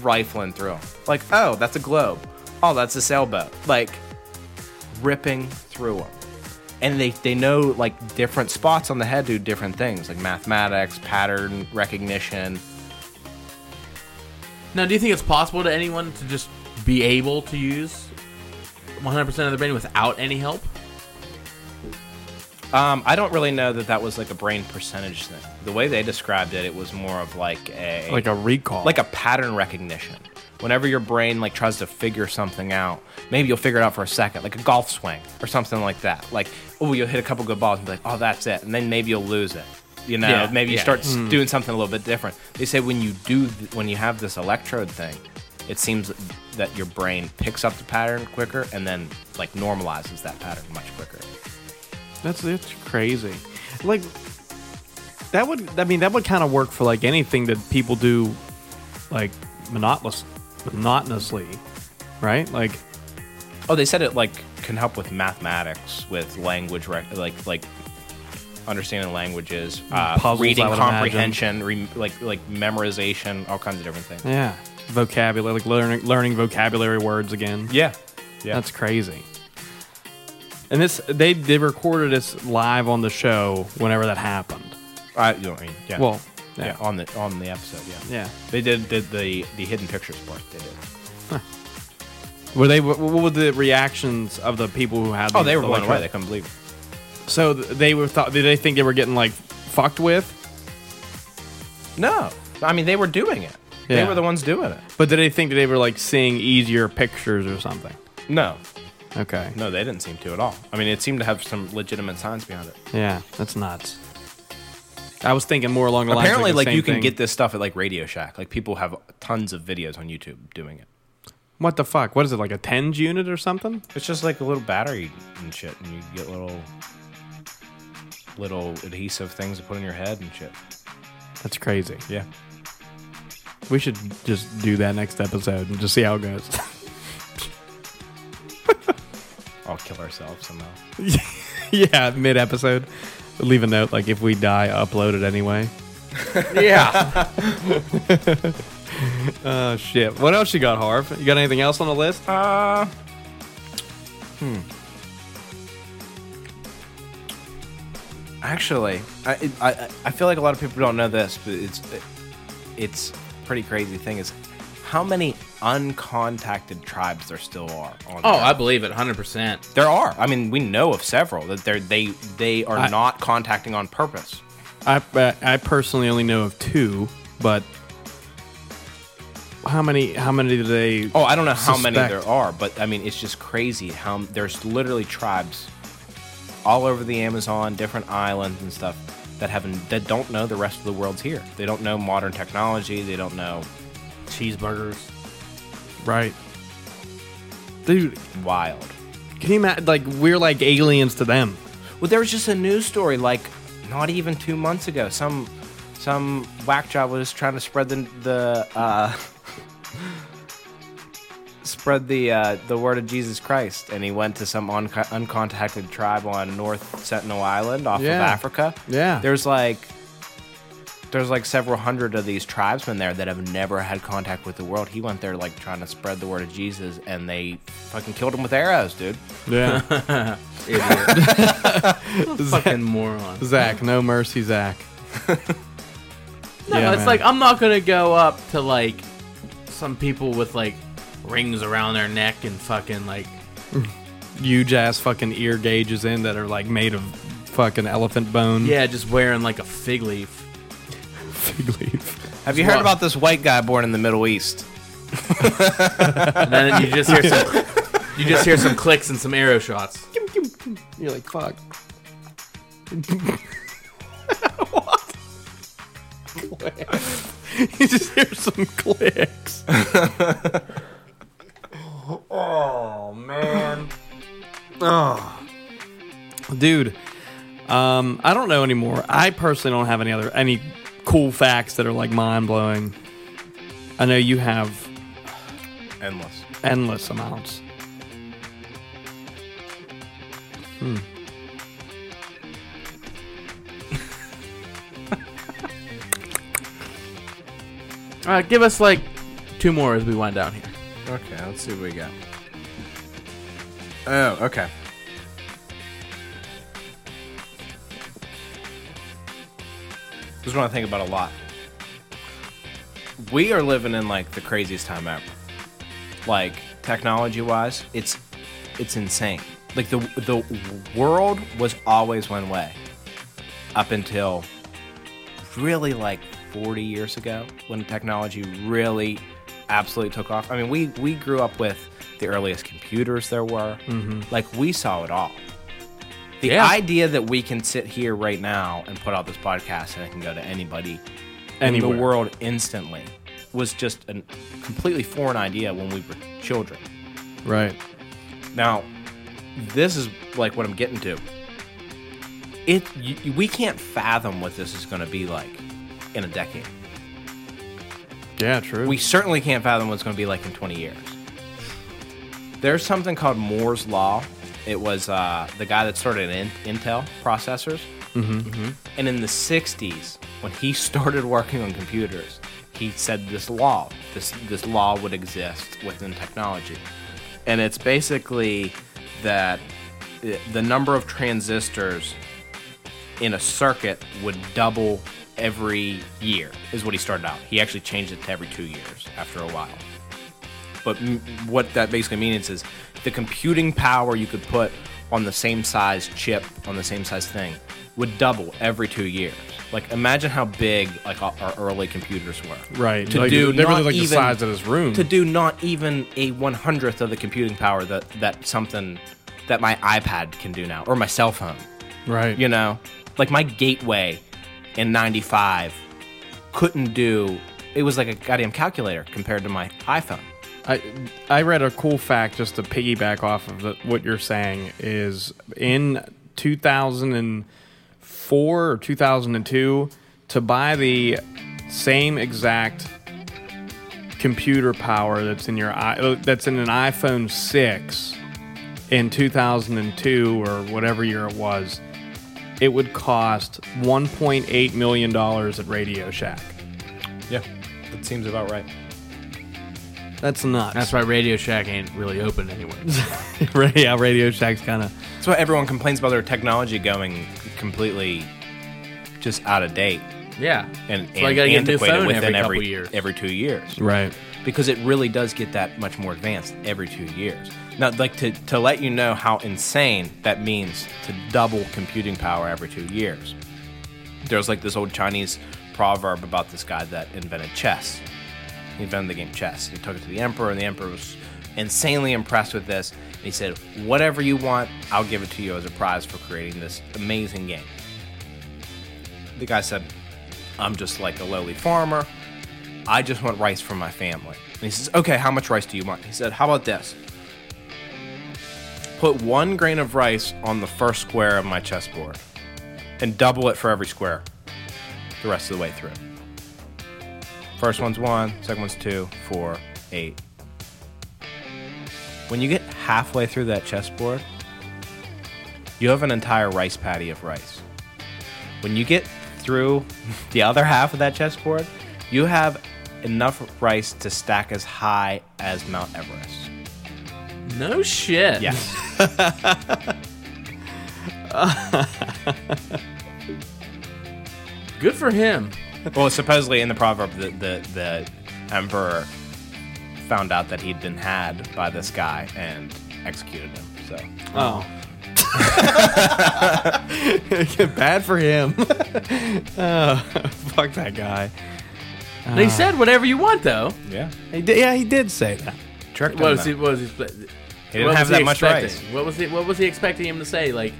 [SPEAKER 3] rifling through 'em. Like, oh, that's a globe. Oh, that's a sailboat. Like ripping through them and they, they know like different spots on the head do different things like mathematics pattern recognition
[SPEAKER 4] Now, do you think it's possible to anyone to just be able to use 100% of their brain without any help?
[SPEAKER 3] um, i don't really know that that was like a brain percentage thing the way they described it it was more of like a
[SPEAKER 2] like a recall.
[SPEAKER 3] like a pattern recognition whenever your brain like tries to figure something out maybe you'll figure it out for a second like a golf swing or something like that like oh you'll hit a couple good balls and be like oh that's it and then maybe you'll lose it you know
[SPEAKER 4] Yeah,
[SPEAKER 3] maybe you
[SPEAKER 4] yeah.
[SPEAKER 3] start s doing something a little bit different they say when you do th- when you have this electrode thing it seems that your brain picks up the pattern quicker and then like normalizes that pattern much quicker
[SPEAKER 2] That's that's crazy. Like that would I mean that would kind of work for like anything that people do like monotonous monotonously, right? Like
[SPEAKER 3] Oh, they said it like can help with mathematics, with language, rec- like like understanding languages, uh,
[SPEAKER 2] Mm, Puzzles,
[SPEAKER 3] reading
[SPEAKER 2] I would
[SPEAKER 3] comprehension, re- like like memorization, all kinds of different things.
[SPEAKER 2] yeah, vocabulary like learning learning vocabulary words again.
[SPEAKER 3] Yeah, yeah.
[SPEAKER 2] That's crazy. And this they they recorded this live on the show whenever that happened.
[SPEAKER 3] I, you know what I mean? Yeah.
[SPEAKER 2] Well,
[SPEAKER 3] yeah.
[SPEAKER 2] yeah.
[SPEAKER 3] on the on the episode, yeah.
[SPEAKER 2] Yeah.
[SPEAKER 3] They did, did the the hidden pictures part. They did.
[SPEAKER 2] Were they what were the reactions of the people who had
[SPEAKER 3] Oh,
[SPEAKER 2] these
[SPEAKER 3] they were blown away.
[SPEAKER 2] electronic-
[SPEAKER 3] They couldn't believe it.
[SPEAKER 2] So th- they were thought did they think they were getting like fucked with?
[SPEAKER 3] No, I mean they were doing it. They
[SPEAKER 2] Yeah.
[SPEAKER 3] were the ones doing it.
[SPEAKER 2] But did they think that they were like seeing easier pictures or something?
[SPEAKER 3] No,
[SPEAKER 2] Okay.
[SPEAKER 3] no, they didn't seem to at all. I mean, it seemed to have some legitimate science behind it.
[SPEAKER 2] Yeah, that's nuts. I was thinking more along the
[SPEAKER 3] Apparently,
[SPEAKER 2] lines
[SPEAKER 3] like
[SPEAKER 2] of
[SPEAKER 3] you can get this stuff at like Radio Shack. Like people have tons of videos on YouTube doing it.
[SPEAKER 2] What the fuck? What is it like a tens unit or something?
[SPEAKER 3] It's just like a little battery and shit, and you get little little adhesive things to put on your head and shit.
[SPEAKER 2] That's crazy.
[SPEAKER 3] Yeah.
[SPEAKER 2] We should just do that next episode and just see how it goes.
[SPEAKER 3] I'll kill ourselves somehow.
[SPEAKER 2] yeah, mid episode, leave a note like if we die, upload it anyway.
[SPEAKER 4] Yeah.
[SPEAKER 2] Oh shit! What else you got, Harv? You got anything else on the list?
[SPEAKER 3] Uh hmm. Actually, I, it, I I- I feel like a lot of people don't know this, but it's it's a pretty crazy thing is how many uncontacted tribes there still are. On
[SPEAKER 4] oh,
[SPEAKER 3] Earth.
[SPEAKER 4] I believe it 100%.
[SPEAKER 3] there are. I mean, we know of several that they're, they they are
[SPEAKER 2] I-
[SPEAKER 3] not contacting on purpose.
[SPEAKER 2] I uh, I personally only know of two, but how many? How many do they?
[SPEAKER 3] Oh, I don't know how many
[SPEAKER 2] suspect.
[SPEAKER 3] there are, but I mean, it's just crazy how m- there's literally tribes all over the Amazon, different islands and stuff that haven't that don't know the rest of the world's here. They don't know modern technology. They don't know
[SPEAKER 4] Cheeseburgers.
[SPEAKER 2] Right. Dude,
[SPEAKER 3] wild.
[SPEAKER 2] can you imagine? Like, we're like aliens to them.
[SPEAKER 3] Well, there was just a news story like not even two months ago. Some some whack job was trying to spread the the uh, spread the uh, the word of Jesus Christ, and he went to some un- uncontacted tribe on North Sentinel Island off
[SPEAKER 2] Yeah.
[SPEAKER 3] of Africa.
[SPEAKER 2] Yeah.
[SPEAKER 3] there's like there's like several hundred of these tribesmen there that have never had contact with the world. He went there like trying to spread the word of Jesus, and they fucking killed him with arrows, dude.
[SPEAKER 2] Yeah.
[SPEAKER 4] Idiot. fucking moron.
[SPEAKER 2] Zach, no mercy, Zach.
[SPEAKER 4] No,
[SPEAKER 2] Yeah,
[SPEAKER 4] it's
[SPEAKER 2] man.
[SPEAKER 4] like I'm not gonna go up to like some people with like rings around their neck and fucking like
[SPEAKER 2] Huge ass fucking ear gauges in that are like made of fucking elephant bone.
[SPEAKER 4] yeah, just wearing like a fig leaf.
[SPEAKER 2] Fig leaf.
[SPEAKER 3] Have you heard about this white guy born in the Middle East?
[SPEAKER 4] And then you just hear some you just hear some clicks and some arrow shots.
[SPEAKER 2] You're like, fuck. what? you just hear some clicks.
[SPEAKER 3] Oh man.
[SPEAKER 2] Dude, um, I don't know anymore. I personally don't have any other any cool facts that are like mind blowing. I know you have
[SPEAKER 3] Endless.
[SPEAKER 2] endless amounts.
[SPEAKER 4] Uh, give us like two more as we wind down here.
[SPEAKER 3] Okay, let's see what we got. Oh, okay. This is what I think about a lot. We are living in like the craziest time ever. Like technology-wise, it's it's insane. Like the the world was always one way up until really like 40 years ago when technology really absolutely took off. I mean, we we grew up with the earliest computers there were. Like we saw it all. The
[SPEAKER 4] Yeah.
[SPEAKER 3] idea that we can sit here right now and put out this podcast and it can go to anybody in
[SPEAKER 2] Anywhere.
[SPEAKER 3] the world instantly was just a completely foreign idea when we were children.
[SPEAKER 2] Right.
[SPEAKER 3] Now, this is like what I'm getting to. It y we can't fathom what this is going to be like in a decade.
[SPEAKER 2] Yeah, true.
[SPEAKER 3] We certainly can't fathom what it's going to be like in 20 years. There's something called Moore's Law. It was uh, the guy that started in- Intel processors. Mm-hmm. And in the 60s, when he started working on computers, he said this law, this, this law would exist within technology. And it's basically that the- the number of transistors in a circuit would double every year is what he started out he actually changed it to every two years after a while but m- what that basically means is the computing power you could put on the same size chip on the same size thing would double every two years like imagine how big like our our early computers were
[SPEAKER 2] Right.
[SPEAKER 3] to
[SPEAKER 2] Like,
[SPEAKER 3] do
[SPEAKER 2] they're really
[SPEAKER 3] not
[SPEAKER 2] like the
[SPEAKER 3] even,
[SPEAKER 2] size of this room.
[SPEAKER 3] to do not even a one hundredth of the computing power that that something that my ipad can do now or my cell phone
[SPEAKER 2] right.
[SPEAKER 3] you know, like my gateway in '95 couldn't do. It was like a goddamn calculator compared to my iPhone.
[SPEAKER 2] I I read a cool fact just to piggyback off of the, what you're saying is in 2004 or 2002 to buy the same exact computer power that's in your i- uh, that's in an iPhone 6 in 2002 or whatever year it was it would cost 1.8 million dollars at Radio Shack.
[SPEAKER 3] Yeah, that seems about right.
[SPEAKER 2] That's nuts.
[SPEAKER 4] That's why Radio Shack ain't really open anywhere.
[SPEAKER 2] right. Yeah, Radio Shack's kind of
[SPEAKER 3] That's why everyone complains about their technology going completely just out of date
[SPEAKER 4] yeah.
[SPEAKER 3] and,
[SPEAKER 4] So I gotta
[SPEAKER 3] and
[SPEAKER 4] get a new
[SPEAKER 3] antiquated
[SPEAKER 4] phone every
[SPEAKER 3] within
[SPEAKER 4] couple
[SPEAKER 3] every
[SPEAKER 4] years.
[SPEAKER 3] every two years.
[SPEAKER 2] right.
[SPEAKER 3] because it really does get that much more advanced every two years. Now, like to, to let you know how insane that means to double computing power every two years. There's like this old Chinese proverb about this guy that invented chess. He invented the game chess. He took it to the emperor, and the emperor was insanely impressed with this. And he said, Whatever you want, I'll give it to you as a prize for creating this amazing game. The guy said, I'm just like a lowly farmer. I just want rice for my family. And he says, Okay, how much rice do you want? He said, How about this? Put one grain of rice on the first square of my chessboard and double it for every square the rest of the way through. First one's one, second one's two, four, eight. When you get halfway through that chessboard, you have an entire rice patty of rice. When you get through the other half of that chessboard, you have enough rice to stack as high as Mount Everest.
[SPEAKER 4] No shit.
[SPEAKER 3] Yes.
[SPEAKER 4] Good for him.
[SPEAKER 3] well, supposedly in the proverb, the, the the emperor found out that he'd been had by this guy and executed him. So
[SPEAKER 2] Oh. Bad for him. oh, fuck that guy.
[SPEAKER 4] They said whatever you want though.
[SPEAKER 3] yeah,
[SPEAKER 2] He did, yeah, he did say that.
[SPEAKER 3] tricked
[SPEAKER 4] What
[SPEAKER 3] him.
[SPEAKER 4] was he? What was
[SPEAKER 3] though.
[SPEAKER 4] he? What
[SPEAKER 3] He didn't have
[SPEAKER 4] was he
[SPEAKER 3] that much rice.
[SPEAKER 4] expecting? What was he? What was he expecting him to say? Like,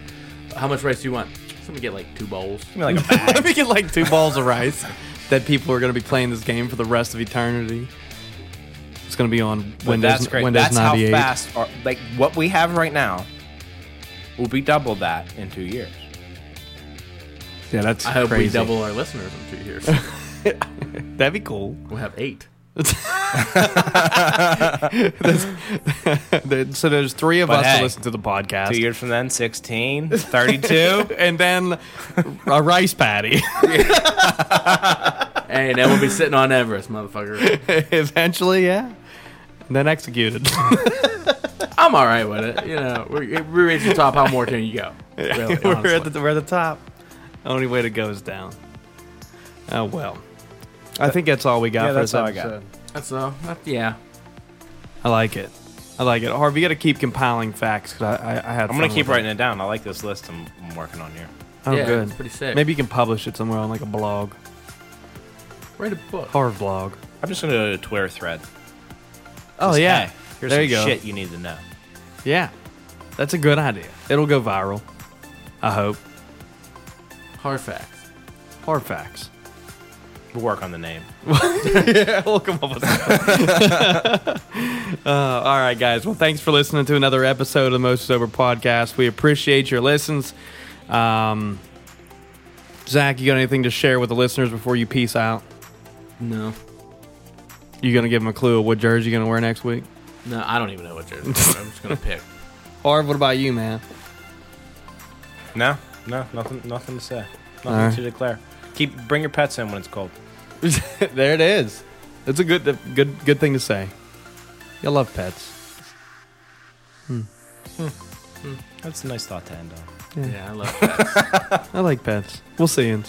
[SPEAKER 4] how much rice do you want? Let me get like two bowls.
[SPEAKER 3] Give me like a bag.
[SPEAKER 2] Let me get like two balls of rice that people are going to be playing this game for the rest of eternity. It's going to be on
[SPEAKER 3] But
[SPEAKER 2] Windows,
[SPEAKER 3] that's great.
[SPEAKER 2] Windows
[SPEAKER 3] that's how
[SPEAKER 2] 98.
[SPEAKER 3] fast, our, like what we have right now, will be double that in two years.
[SPEAKER 2] Yeah, that's
[SPEAKER 4] I hope we
[SPEAKER 2] crazy.
[SPEAKER 4] double our listeners in two years.
[SPEAKER 2] That'd be cool.
[SPEAKER 4] we'll have eight.
[SPEAKER 2] There- so there's three of
[SPEAKER 3] But
[SPEAKER 2] us
[SPEAKER 3] hey,
[SPEAKER 2] to listen to the
[SPEAKER 3] Two
[SPEAKER 2] podcast.
[SPEAKER 3] years from then, 16, 32.
[SPEAKER 2] And then a rice patty.
[SPEAKER 4] Hey, and then we'll be sitting on Everest, motherfucker.
[SPEAKER 2] Eventually, yeah. And then executed.
[SPEAKER 4] I'm all right with it. You know, we we reached the top. How more can you go? Really,
[SPEAKER 2] we're,
[SPEAKER 4] honestly.
[SPEAKER 2] at the, we're at the top. Only way to go is down. Oh, well. I think that's all we got
[SPEAKER 3] Yeah,
[SPEAKER 2] for
[SPEAKER 3] that's
[SPEAKER 2] this
[SPEAKER 3] all I
[SPEAKER 2] episode.
[SPEAKER 3] got.
[SPEAKER 4] That's all. That- yeah.
[SPEAKER 2] I like it. I like it. Harvey, you got to keep compiling facts because I, I, I had.
[SPEAKER 3] I'm gonna keep writing it down. I like this list I'm, I'm working on here.
[SPEAKER 2] Oh,
[SPEAKER 4] yeah,
[SPEAKER 2] good.
[SPEAKER 4] it's pretty sick.
[SPEAKER 2] Maybe you can publish it somewhere on like a blog,
[SPEAKER 4] Write a book.
[SPEAKER 2] Harv blog.
[SPEAKER 3] I'm just gonna go to a Twitter thread.
[SPEAKER 2] Oh
[SPEAKER 3] Just,
[SPEAKER 2] yeah,
[SPEAKER 3] hey, here's
[SPEAKER 2] there
[SPEAKER 3] some
[SPEAKER 2] you go.
[SPEAKER 3] shit you need to know.
[SPEAKER 2] Yeah, that's a good idea. It'll go viral. I hope.
[SPEAKER 4] Hard facts.
[SPEAKER 2] Hard facts.
[SPEAKER 3] We'll work on the name.
[SPEAKER 2] we'll come up with something. Uh, all right, guys. Well, thanks for listening to another episode of the Most Sober Podcast. We appreciate your listens. Um, Zach, you got anything to share with the listeners before you peace out?
[SPEAKER 4] No.
[SPEAKER 2] You gonna give them a clue of what jersey you're gonna wear next week?
[SPEAKER 4] No, I don't even know what jersey. I'm just gonna pick.
[SPEAKER 2] Harv, what about you, man?
[SPEAKER 3] No, no, nothing, nothing to say. Nothing
[SPEAKER 2] right.
[SPEAKER 3] to declare. Keep bring your pets in when it's cold.
[SPEAKER 2] there it is. It's a good, good, good thing to say. You love pets.
[SPEAKER 3] That's a nice thought to end on.
[SPEAKER 4] Yeah, I love that.
[SPEAKER 2] I like pets. We'll see you.